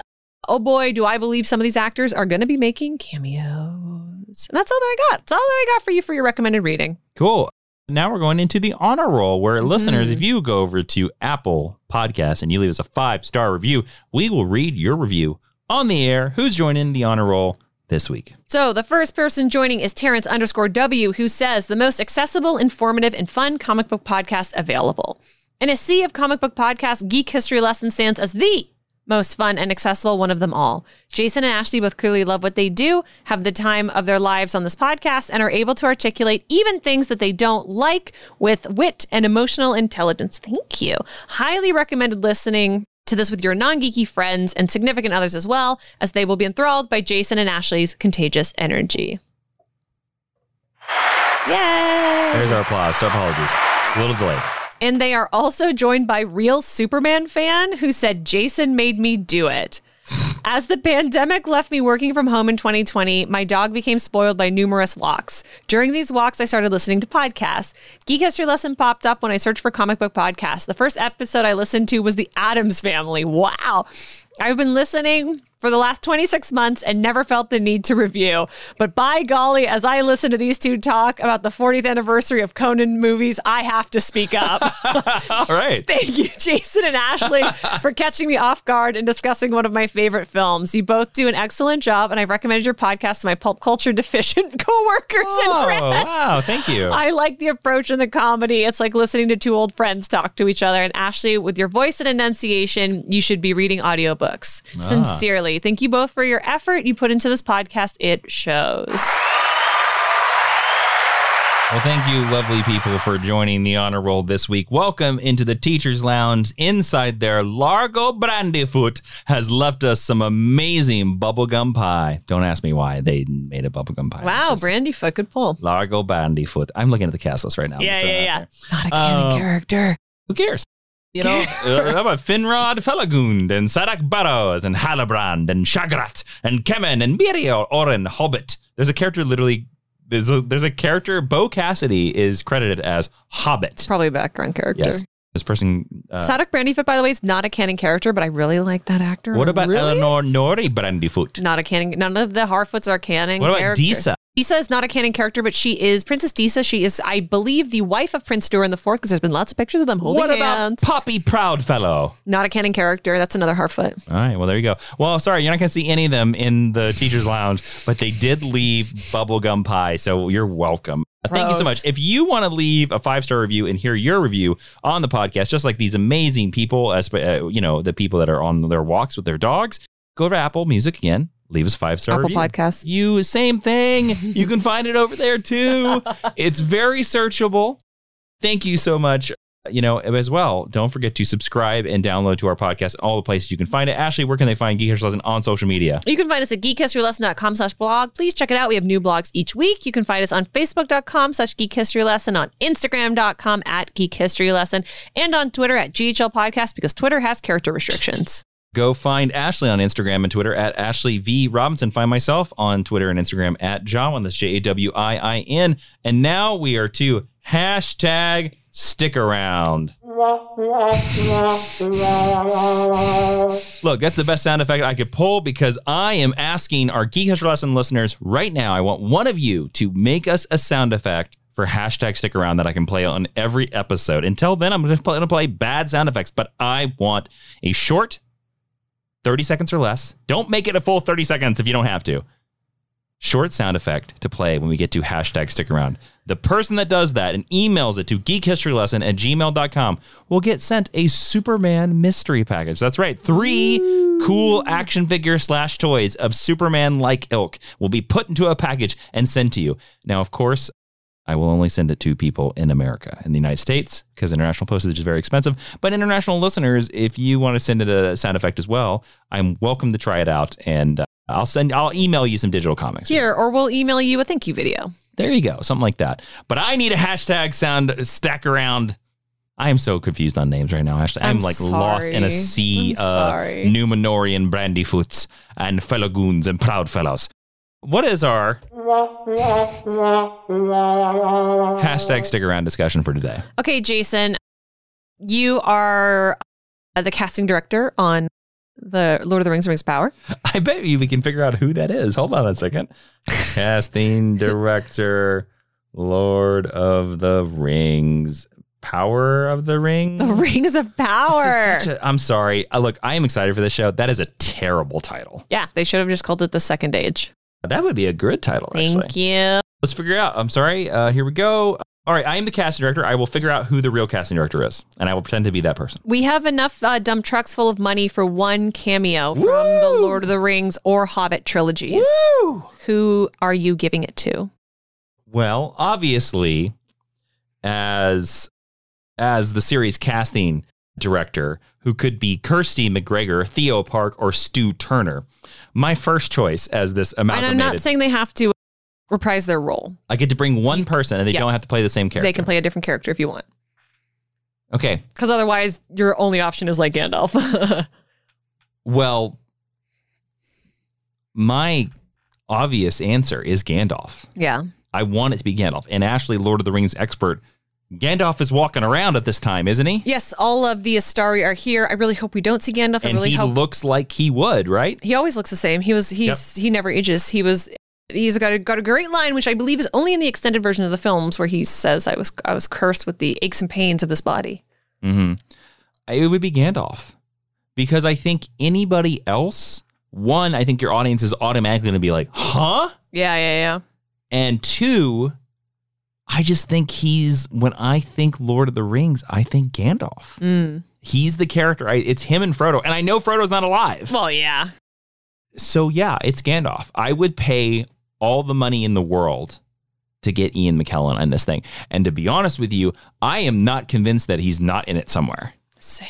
S1: oh boy do i believe some of these actors are going to be making cameos and that's all that i got that's all that i got for you for your recommended reading
S2: Cool. Now we're going into the honor roll where
S1: Mm-hmm.
S2: listeners, if you go over to Apple Podcasts and you leave us a five star review, we will read your review on the air. Who's joining the honor roll this week?
S1: So the first person joining is Terrence underscore W, who says the most accessible, informative, and fun comic book podcast available. In a sea of comic book podcasts, Geek History Lesson stands as the most fun and accessible one of them all. Jason and Ashley both clearly love what they do, have the time of their lives on this podcast, and are able to articulate even things that they don't like with wit and emotional intelligence. Thank you. Highly recommended listening to this with your non geeky friends and significant others as well, as they will be enthralled by Jason and Ashley's contagious energy. Yay!
S2: There's our applause. So apologies. A little delayed.
S1: And they are also joined by real Superman fan who said, Jason made me do it. As the pandemic left me working from home in 2020, my dog became spoiled by numerous walks. During these walks, I started listening to podcasts. Geek History Lesson popped up when I searched for comic book podcasts. The first episode I listened to was The Adams Family. Wow. I've been listening for the last 26 months and never felt the need to review. But by golly, as I listen to these two talk about the 40th anniversary of Conan movies, I have to speak up.
S2: All right.
S1: Thank you, Jason and Ashley, for catching me off guard and discussing one of my favorite films. You both do an excellent job, and I recommended your podcast to my pulp culture deficient coworkers
S2: Oh,
S1: and friends.
S2: wow. Thank you.
S1: I like the approach and the comedy. It's like listening to two old friends talk to each other. And Ashley, with your voice and enunciation, you should be reading audiobooks.
S2: Ah.
S1: Sincerely, thank you both for your effort you put into this podcast. It shows.
S2: Well, thank you, lovely people, for joining the honor roll this week. Welcome into the teacher's lounge. Inside there, Largo Brandyfoot has left us some amazing bubblegum pie. Don't ask me why they made a bubblegum pie.
S1: Wow,
S2: It's just
S1: Brandyfoot, good pull.
S2: Largo Brandyfoot. I'm looking at the cast list right now. I'm
S1: Yeah,
S2: just throwing
S1: yeah,
S2: it
S1: yeah.
S2: out there.
S1: Not a canon
S2: Um,
S1: character.
S2: Who cares? You know, uh, how about Finrod Felagund and Sadak Barrows and Halabrand and Shagrat and Kemen and Miriel Oren Hobbit? There's a character literally. There's a, there's a character, Bo Cassidy is credited as Hobbit.
S1: Probably a background character.
S2: Yes. This person. Uh,
S1: Sadok Brandyfoot, by the way, is not a canon character, but I really like that actor.
S2: what about
S1: Really?
S2: Eleanor Nori Brandyfoot?
S1: Not a canon. None of the Harfoots are canon.
S2: What about
S1: characters.
S2: Deesa?
S1: Deesa is not a canon character, but she is Princess Deesa. She is, I believe, the wife of Prince Durin the Fourth, because there's been lots of pictures of them holding
S2: What about
S1: hands.
S2: Poppy Proudfellow?
S1: not a canon character. That's another Harfoot.
S2: All right, well, there you go. Well, sorry, you're not going to see any of them in the teacher's lounge, but they did leave bubblegum pie, so you're welcome. Thank you so
S1: Gross.
S2: much. If you want to leave a five star review and hear your review on the podcast, just like these amazing people, as uh, you know, the people that are on their walks with their dogs, go to Apple Music again, leave us a five star
S1: Apple
S2: review.
S1: Podcasts.
S2: You same thing. You can find it over there too. It's very searchable. Thank you so much. You know, as well, don't forget to subscribe and download to our podcast, all the places you can find it. Ashley, where can they find Geek History Lesson on social media?
S1: You can find us at geekhistorylesson.com slash blog. Please check it out. We have new blogs each week. You can find us on facebook.com slash geekhistorylesson, on instagram.com at geekhistorylesson, and on Twitter at GHL Podcast because Twitter has character restrictions.
S2: Go find Ashley on Instagram and Twitter at Ashley V Robinson. Find myself on Twitter and Instagram at Jawin. That's J A W I I N. And now we are to hashtag stick around. Look, that's the best sound effect I could pull because I am asking our Geek History Lesson listeners right now. I want one of you to make us a sound effect for hashtag stick around that I can play on every episode. Until then, I'm just going to play bad sound effects, but I want a short 30 seconds or less. Don't make it a full 30 seconds if you don't have to. Short sound effect to play when we get to hashtag stick around. The person that does that and emails it to geekhistorylesson at gmail.com will get sent a Superman mystery package. That's right. Three cool action figure slash toys of Superman like ilk will be put into a package and sent to you. Now, of course, I will only send it to people in America, in the United States, because international postage is very expensive. But international listeners, if you want to send it a sound effect as well, I'm welcome to try it out, and uh, I'll send, I'll email you some digital comics.
S1: Here, or we'll email you a thank you video.
S2: There you go, something like that. But I need a hashtag sound stack around. I am so confused on names right now. Hashtag. I'm,
S1: I'm
S2: like lost in a
S1: sorry.
S2: sea
S1: I'm
S2: of
S1: sorry.
S2: Numenorian brandyfoots and fellow goons and proud fellows. What is our hashtag stick around discussion for today?
S1: Okay, Jason, you are uh, the casting director on the Lord of the Rings Rings of Power.
S2: I bet you we can figure out who that is. Hold on a second. Casting director, Lord of the Rings, Power of the Ring.
S1: The Rings of Power.
S2: Hmm. This is such a- I'm sorry. Uh, look, I am excited for this show. That is a terrible title.
S1: yeah, they should have just called it the Second Age.
S2: That would be a good title, actually.
S1: Thank you.
S2: Let's figure it out. I'm sorry. Uh, here we go. All right, I am the casting director. I will figure out who the real casting director is, and I will pretend to be that person.
S1: We have enough uh, dump trucks full of money for one cameo from the Lord of the Rings or Hobbit trilogies. Who are you giving it to?
S2: Well, obviously, as as the series casting director, who could be Kirsty McGregor, Theo Park, or Stu Turner, my first choice as this
S1: And
S2: amalgamated,
S1: I'm not saying they have to reprise their role.
S2: I get to bring one person, and they
S1: Yeah.
S2: don't have to play the same character.
S1: They can play a different character if you want.
S2: Okay.
S1: Because otherwise, your only option is like Gandalf.
S2: Well, my obvious answer is Gandalf.
S1: yeah.
S2: I want it to be Gandalf. And Ashley, Lord of the Rings expert, Gandalf is walking around at this time, isn't he?
S1: Yes, all of the Astari are here. I really hope we don't see Gandalf. I
S2: and
S1: really
S2: he
S1: hope
S2: looks like he would, right?
S1: he always looks the same. He was he's he never ages. He was he's got a, got a great line which I believe is only in the extended version of the films where he says I was I was cursed with the aches and pains of this body.
S2: Mm-hmm. It would be Gandalf because I think anybody else, one, I think your audience is automatically going to be like, huh?
S1: Yeah, yeah, yeah.
S2: And two, I just think he's, when I think Lord of the Rings, I think Gandalf.
S1: Mm.
S2: He's the character. I, it's him and Frodo. And I know Frodo's not alive.
S1: Well, yeah.
S2: So yeah, it's Gandalf. I would pay all the money in the world to get Ian McKellen on this thing. And to be honest with you, I am not convinced that he's not in it somewhere.
S1: Same.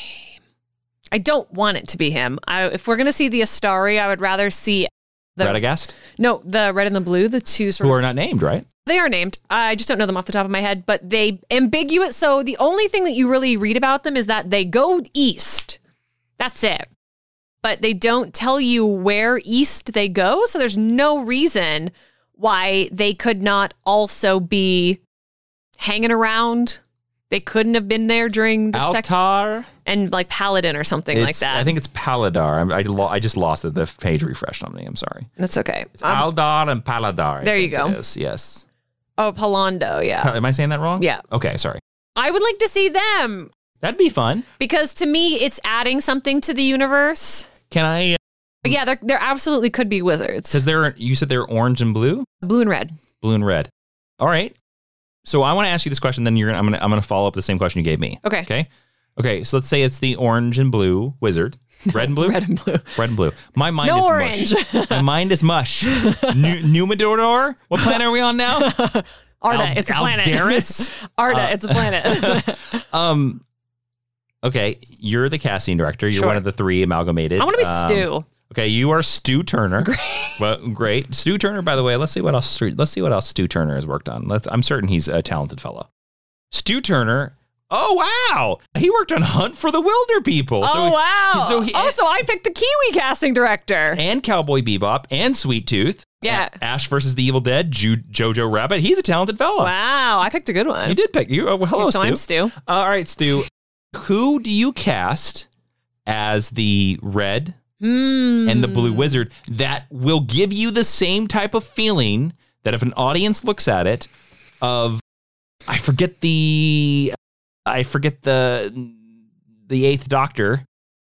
S1: I don't want it to be him. I, if we're gonna see the Astari, I would rather see the
S2: Radagast,
S1: no the red and the blue, the two sort
S2: who
S1: of
S2: are not named, right?
S1: They are named. I just don't know them off the top of my head, but they ambiguous. So the only thing that you really read about them is that they go east. That's it. But they don't tell you where east they go. So there's no reason why they could not also be hanging around. They couldn't have been there during the second
S2: Altar.
S1: and like Paladin or something like
S2: It's-
S1: that.
S2: I think it's Paladar. I'm- I, lo- I just lost it. The page refreshed on me. I'm sorry.
S1: that's okay.
S2: It's
S1: Um,
S2: Aldar and Paladar. I
S1: There you
S2: think
S1: go.
S2: it is, Yes.
S1: oh, Palando. Yeah.
S2: Am I saying that wrong?
S1: Yeah.
S2: Okay. Sorry.
S1: I would like to see them
S2: That'd be fun.
S1: because to me, it's adding something to the universe.
S2: Can I?
S1: But yeah, there, there absolutely could be
S2: Because
S1: wizards.
S2: they're you said they're orange and blue.
S1: Blue and red.
S2: blue and red. All right. So I want to ask you this question. Then you're gonna I'm gonna I'm gonna follow up the same question you gave me.
S1: Okay.
S2: Okay. Okay. So let's say it's the orange and blue wizard, red and blue,
S1: Red and blue.
S2: Red and blue. My mind
S1: No
S2: is mush.
S1: orange.
S2: My mind is mush. New, Numidor. What planet are we on now?
S1: Arda,
S2: Al-
S1: it's a planet.
S2: Aldaris?
S1: Arda,
S2: Uh,
S1: it's a planet.
S2: Um. Okay, you're the casting director. You're
S1: Sure.
S2: one of the three amalgamated.
S1: I want to be
S2: Um,
S1: Stu.
S2: Okay, you are Stu Turner. Great. Well, great. Stu Turner, by the way, let's see what else Stu, let's see what else Stu Turner has worked on. Let's, I'm certain he's a talented fellow. Stu Turner. Oh wow. He worked on Hunt for the Wilder People.
S1: oh, wow.
S2: So he,
S1: oh, so I picked the Kiwi casting director.
S2: and Cowboy Bebop and Sweet Tooth.
S1: Yeah.
S2: A- Ash versus the Evil Dead, Ju- Jojo Rabbit. He's a talented fellow.
S1: Wow, I picked a good one.
S2: Oh. You did pick you. Oh, well, hello,
S1: so
S2: Stu.
S1: I'm Stu.
S2: all right, Stu. Who do you cast as the red
S1: Hmm.
S2: and the Blue Wizard that will give you the same type of feeling that if an audience looks at it of I forget the I forget the the Eighth Doctor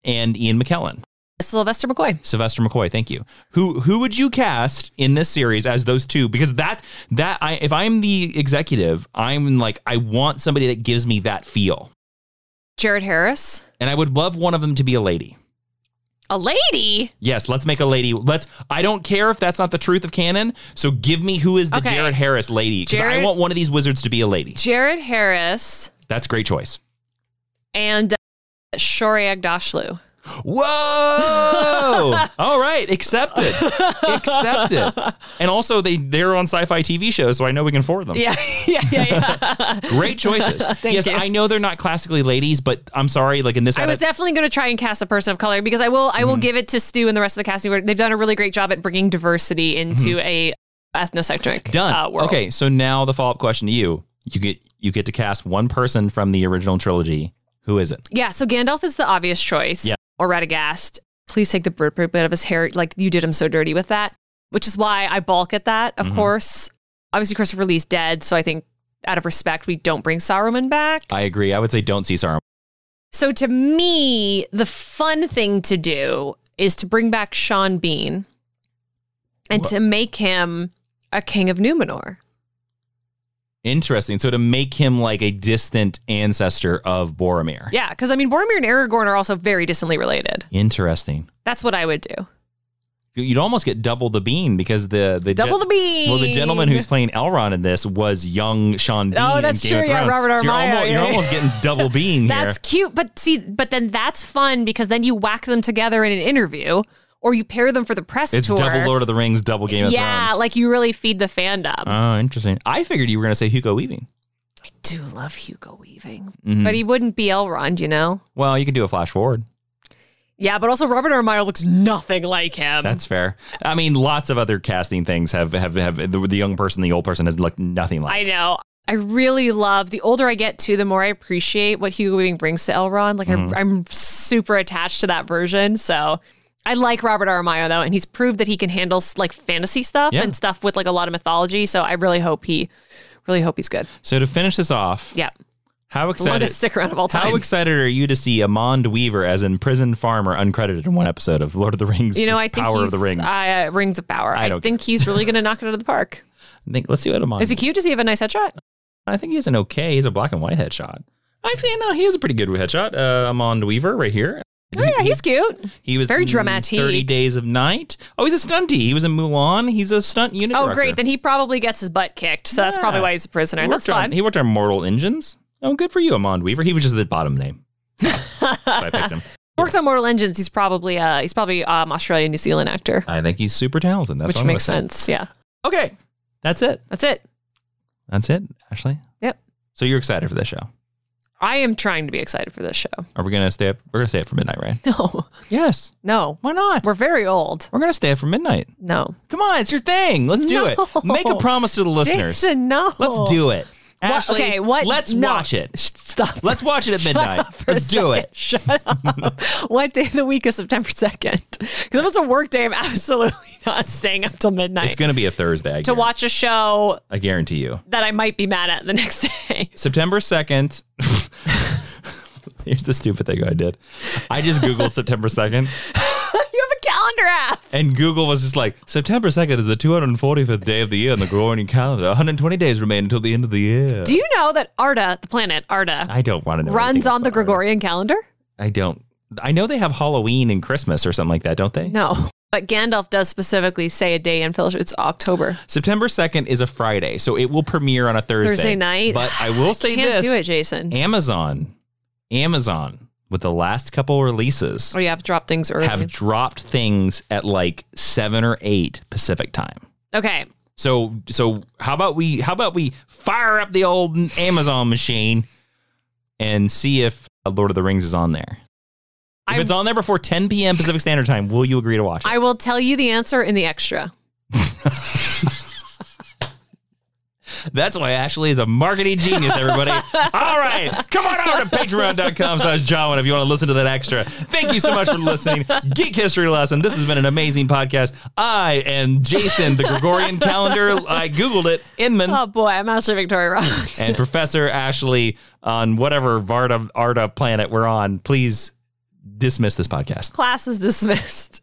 S2: and Ian McKellen.
S1: Sylvester McCoy.
S2: Sylvester McCoy, thank you. Who who would you cast in this series as those two? Because that that I if I'm the executive, I'm like I want somebody that gives me that feel,
S1: Jared Harris.
S2: and I would love one of them to be a lady.
S1: A lady.
S2: Yes, let's make a lady. Let's. I don't care if that's not the truth of canon. So give me who is the
S1: Okay.
S2: Jared Harris lady because I
S1: Jared-
S2: want one of these wizards to be a lady.
S1: Jared Harris
S2: That's a great choice.
S1: and uh, Shori Agdashlu.
S2: Whoa! All right, accepted, accepted. And also, they they're on sci-fi TV shows, so I know we can afford them.
S1: Yeah, yeah, yeah, yeah.
S2: Great choices.
S1: Thank
S2: yes,
S1: you.
S2: I know they're not classically ladies, but I'm sorry. Like in this,
S1: I was definitely going to try and cast a person of color because I will. I will
S2: Mm-hmm.
S1: give it to Stu and the rest of the casting board. They've done a really great job at bringing diversity into a ethnocentric
S2: Mm-hmm. done.
S1: Uh, world.
S2: Okay, so now the follow-up question to you: you get you get to cast one person from the original trilogy. Who is it?
S1: Yeah. So Gandalf is the obvious choice.
S2: Yeah.
S1: Or Radagast. Please take the bird poop out of his hair. Like you did him so dirty with that, which is why I balk at that.
S2: Mm-hmm.
S1: Of course, obviously Christopher Lee's dead, so I think out of respect we don't bring Saruman back.
S2: I agree. I would say don't see Saruman.
S1: So to me, the fun thing to do is to bring back Sean Bean and to make him a king of Numenor.
S2: Interesting. So to make him like a distant ancestor of Boromir.
S1: Yeah, because I mean, Boromir and Aragorn are also very distantly related.
S2: Interesting.
S1: That's what I would do.
S2: You- You'd almost get double the bean because the the
S1: Double
S2: gen-
S1: the bean.
S2: Well, the gentleman who's playing Elrond in this was young Sean Bean.
S1: Oh,
S2: in
S1: that's
S2: Game of
S1: true. Yeah,
S2: Thrones.
S1: Robert
S2: So you're
S1: Armaio.
S2: almost, you're
S1: Yeah.
S2: almost getting double bean here.
S1: That's cute, but see, but then that's fun because then you whack them together in an interview, or you pair them for the press
S2: it's
S1: tour.
S2: double Lord of the Rings, double Game of
S1: yeah,
S2: Thrones.
S1: like you really feed the fandom.
S2: oh, interesting. I figured you were going to say Hugo Weaving.
S1: I do love Hugo Weaving,
S2: Mm-hmm.
S1: but he wouldn't be Elrond, you know.
S2: Well, you could do a flash forward.
S1: Yeah, but also Robert Armaio looks nothing like him.
S2: That's fair. I mean, lots of other casting things have have, have the, the young person, the old person has looked nothing like.
S1: I know. I really love the older I get too, the more I appreciate what Hugo Weaving brings to Elrond. Like
S2: Mm-hmm.
S1: I, I'm super attached to that version. So I like Robert Aramayo though, and he's proved that he can handle like fantasy stuff
S2: Yeah.
S1: and stuff with like a lot of mythology. So I really hope he, really hope he's good.
S2: so to finish this off,
S1: Yeah,
S2: how excited?
S1: longest stick around of all time.
S2: How excited are you to see Amond Weaver as imprisoned farmer uncredited in one episode of Lord of the Rings?
S1: you know,
S2: The
S1: I think
S2: Power
S1: he's,
S2: of the Rings. I
S1: Uh, rings of power.
S2: I
S1: I,
S2: don't
S1: think he's really going to knock it out of the park.
S2: think let's see what Amond.
S1: Is he cute? Does he have a nice headshot?
S2: I think he's an okay. He's a black and white headshot. Actually, no, he has a pretty good headshot. Uh, Amond Weaver right here.
S1: Oh yeah, he's cute.
S2: He was
S1: Very
S2: in
S1: dramatic.
S2: Thirty Days of Night. Oh, he's a stuntie. He was in Mulan. He's a stunt unit.
S1: Oh
S2: director.
S1: great, then he probably gets his butt kicked. So that's
S2: Yeah.
S1: probably why he's a prisoner.
S2: He
S1: That's
S2: worked on-
S1: fine.
S2: He worked on Mortal Engines. Oh, good for you, Amon Weaver. He was just the bottom name. So I picked him.
S1: Works on Mortal Engines. He's probably uh he's probably um Australian New Zealand actor,
S2: I think he's super talented. That's
S1: which
S2: what I'm
S1: makes
S2: gonna say.
S1: sense. Yeah,
S2: Okay, that's it.
S1: that's it.
S2: That's it, Ashley.
S1: Yep.
S2: So you're excited for this show?
S1: I am trying to be excited for this show.
S2: Are we gonna stay up? We're gonna stay up for midnight, right?
S1: No,
S2: Yes.
S1: no,
S2: Why not?
S1: we're very old.
S2: We're gonna stay up for midnight.
S1: No,
S2: Come on, it's your thing. Let's do it.
S1: No.
S2: Make a promise to the listeners.
S1: Jason, no.
S2: Let's do it.
S1: What-
S2: Ashley,
S1: okay, what?
S2: Let's
S1: no.
S2: watch it.
S1: Sh- Stop.
S2: Let's watch it at
S1: Shut
S2: midnight.
S1: up for a
S2: Let's do
S1: second.
S2: it.
S1: Shut up. what day of the week is September 2nd? Because if it's a work day, I'm absolutely not staying up till midnight
S2: It's gonna be a Thursday. I
S1: to
S2: guarantee-
S1: watch a show
S2: I guarantee you.
S1: that I might be mad at the next day.
S2: September 2nd. Here's the stupid thing I did. I just Googled September 2nd,
S1: you have a calendar app.
S2: and Google was just like, September 2nd is the 245th day of the year in the Gregorian calendar. 120 days remain until the end of the year.
S1: Do you know that Arda, the planet Arda,
S2: I don't want to know.
S1: runs
S2: anything
S1: on the
S2: about it.
S1: Gregorian calendar?
S2: I don't. I know they have Halloween and Christmas or something like that, don't they?
S1: No. But Gandalf does specifically say a day in fellowship. It's October.
S2: September 2nd is a Friday, so it will premiere on a Thursday.
S1: Thursday night.
S2: But I will say
S1: Can't
S2: this
S1: do it, Jason.
S2: Amazon, Amazon, with the last couple releases,
S1: oh, you have dropped things early.
S2: have dropped things at like seven or eight Pacific time.
S1: okay.
S2: So so how about we how about we fire up the old Amazon machine and see if Lord of the Rings is on there. If
S1: I-
S2: it's on there before 10 p.m. Pacific Standard Time, will you agree to watch it?
S1: I will tell you the answer in the extra.
S2: That's why Ashley is a marketing genius, everybody. All right. Come on over to patreon.com slash Jawan if you want to listen to that extra. Thank you so much for listening. Geek History Lesson. This has been an amazing podcast. I am Jason, the Gregorian calendar. I Googled it. Inman.
S1: Oh boy, I'm actually Victoria Ross.
S2: and Professor Ashley on whatever Varda Arda planet we're on, please dismiss this podcast.
S1: Class is dismissed.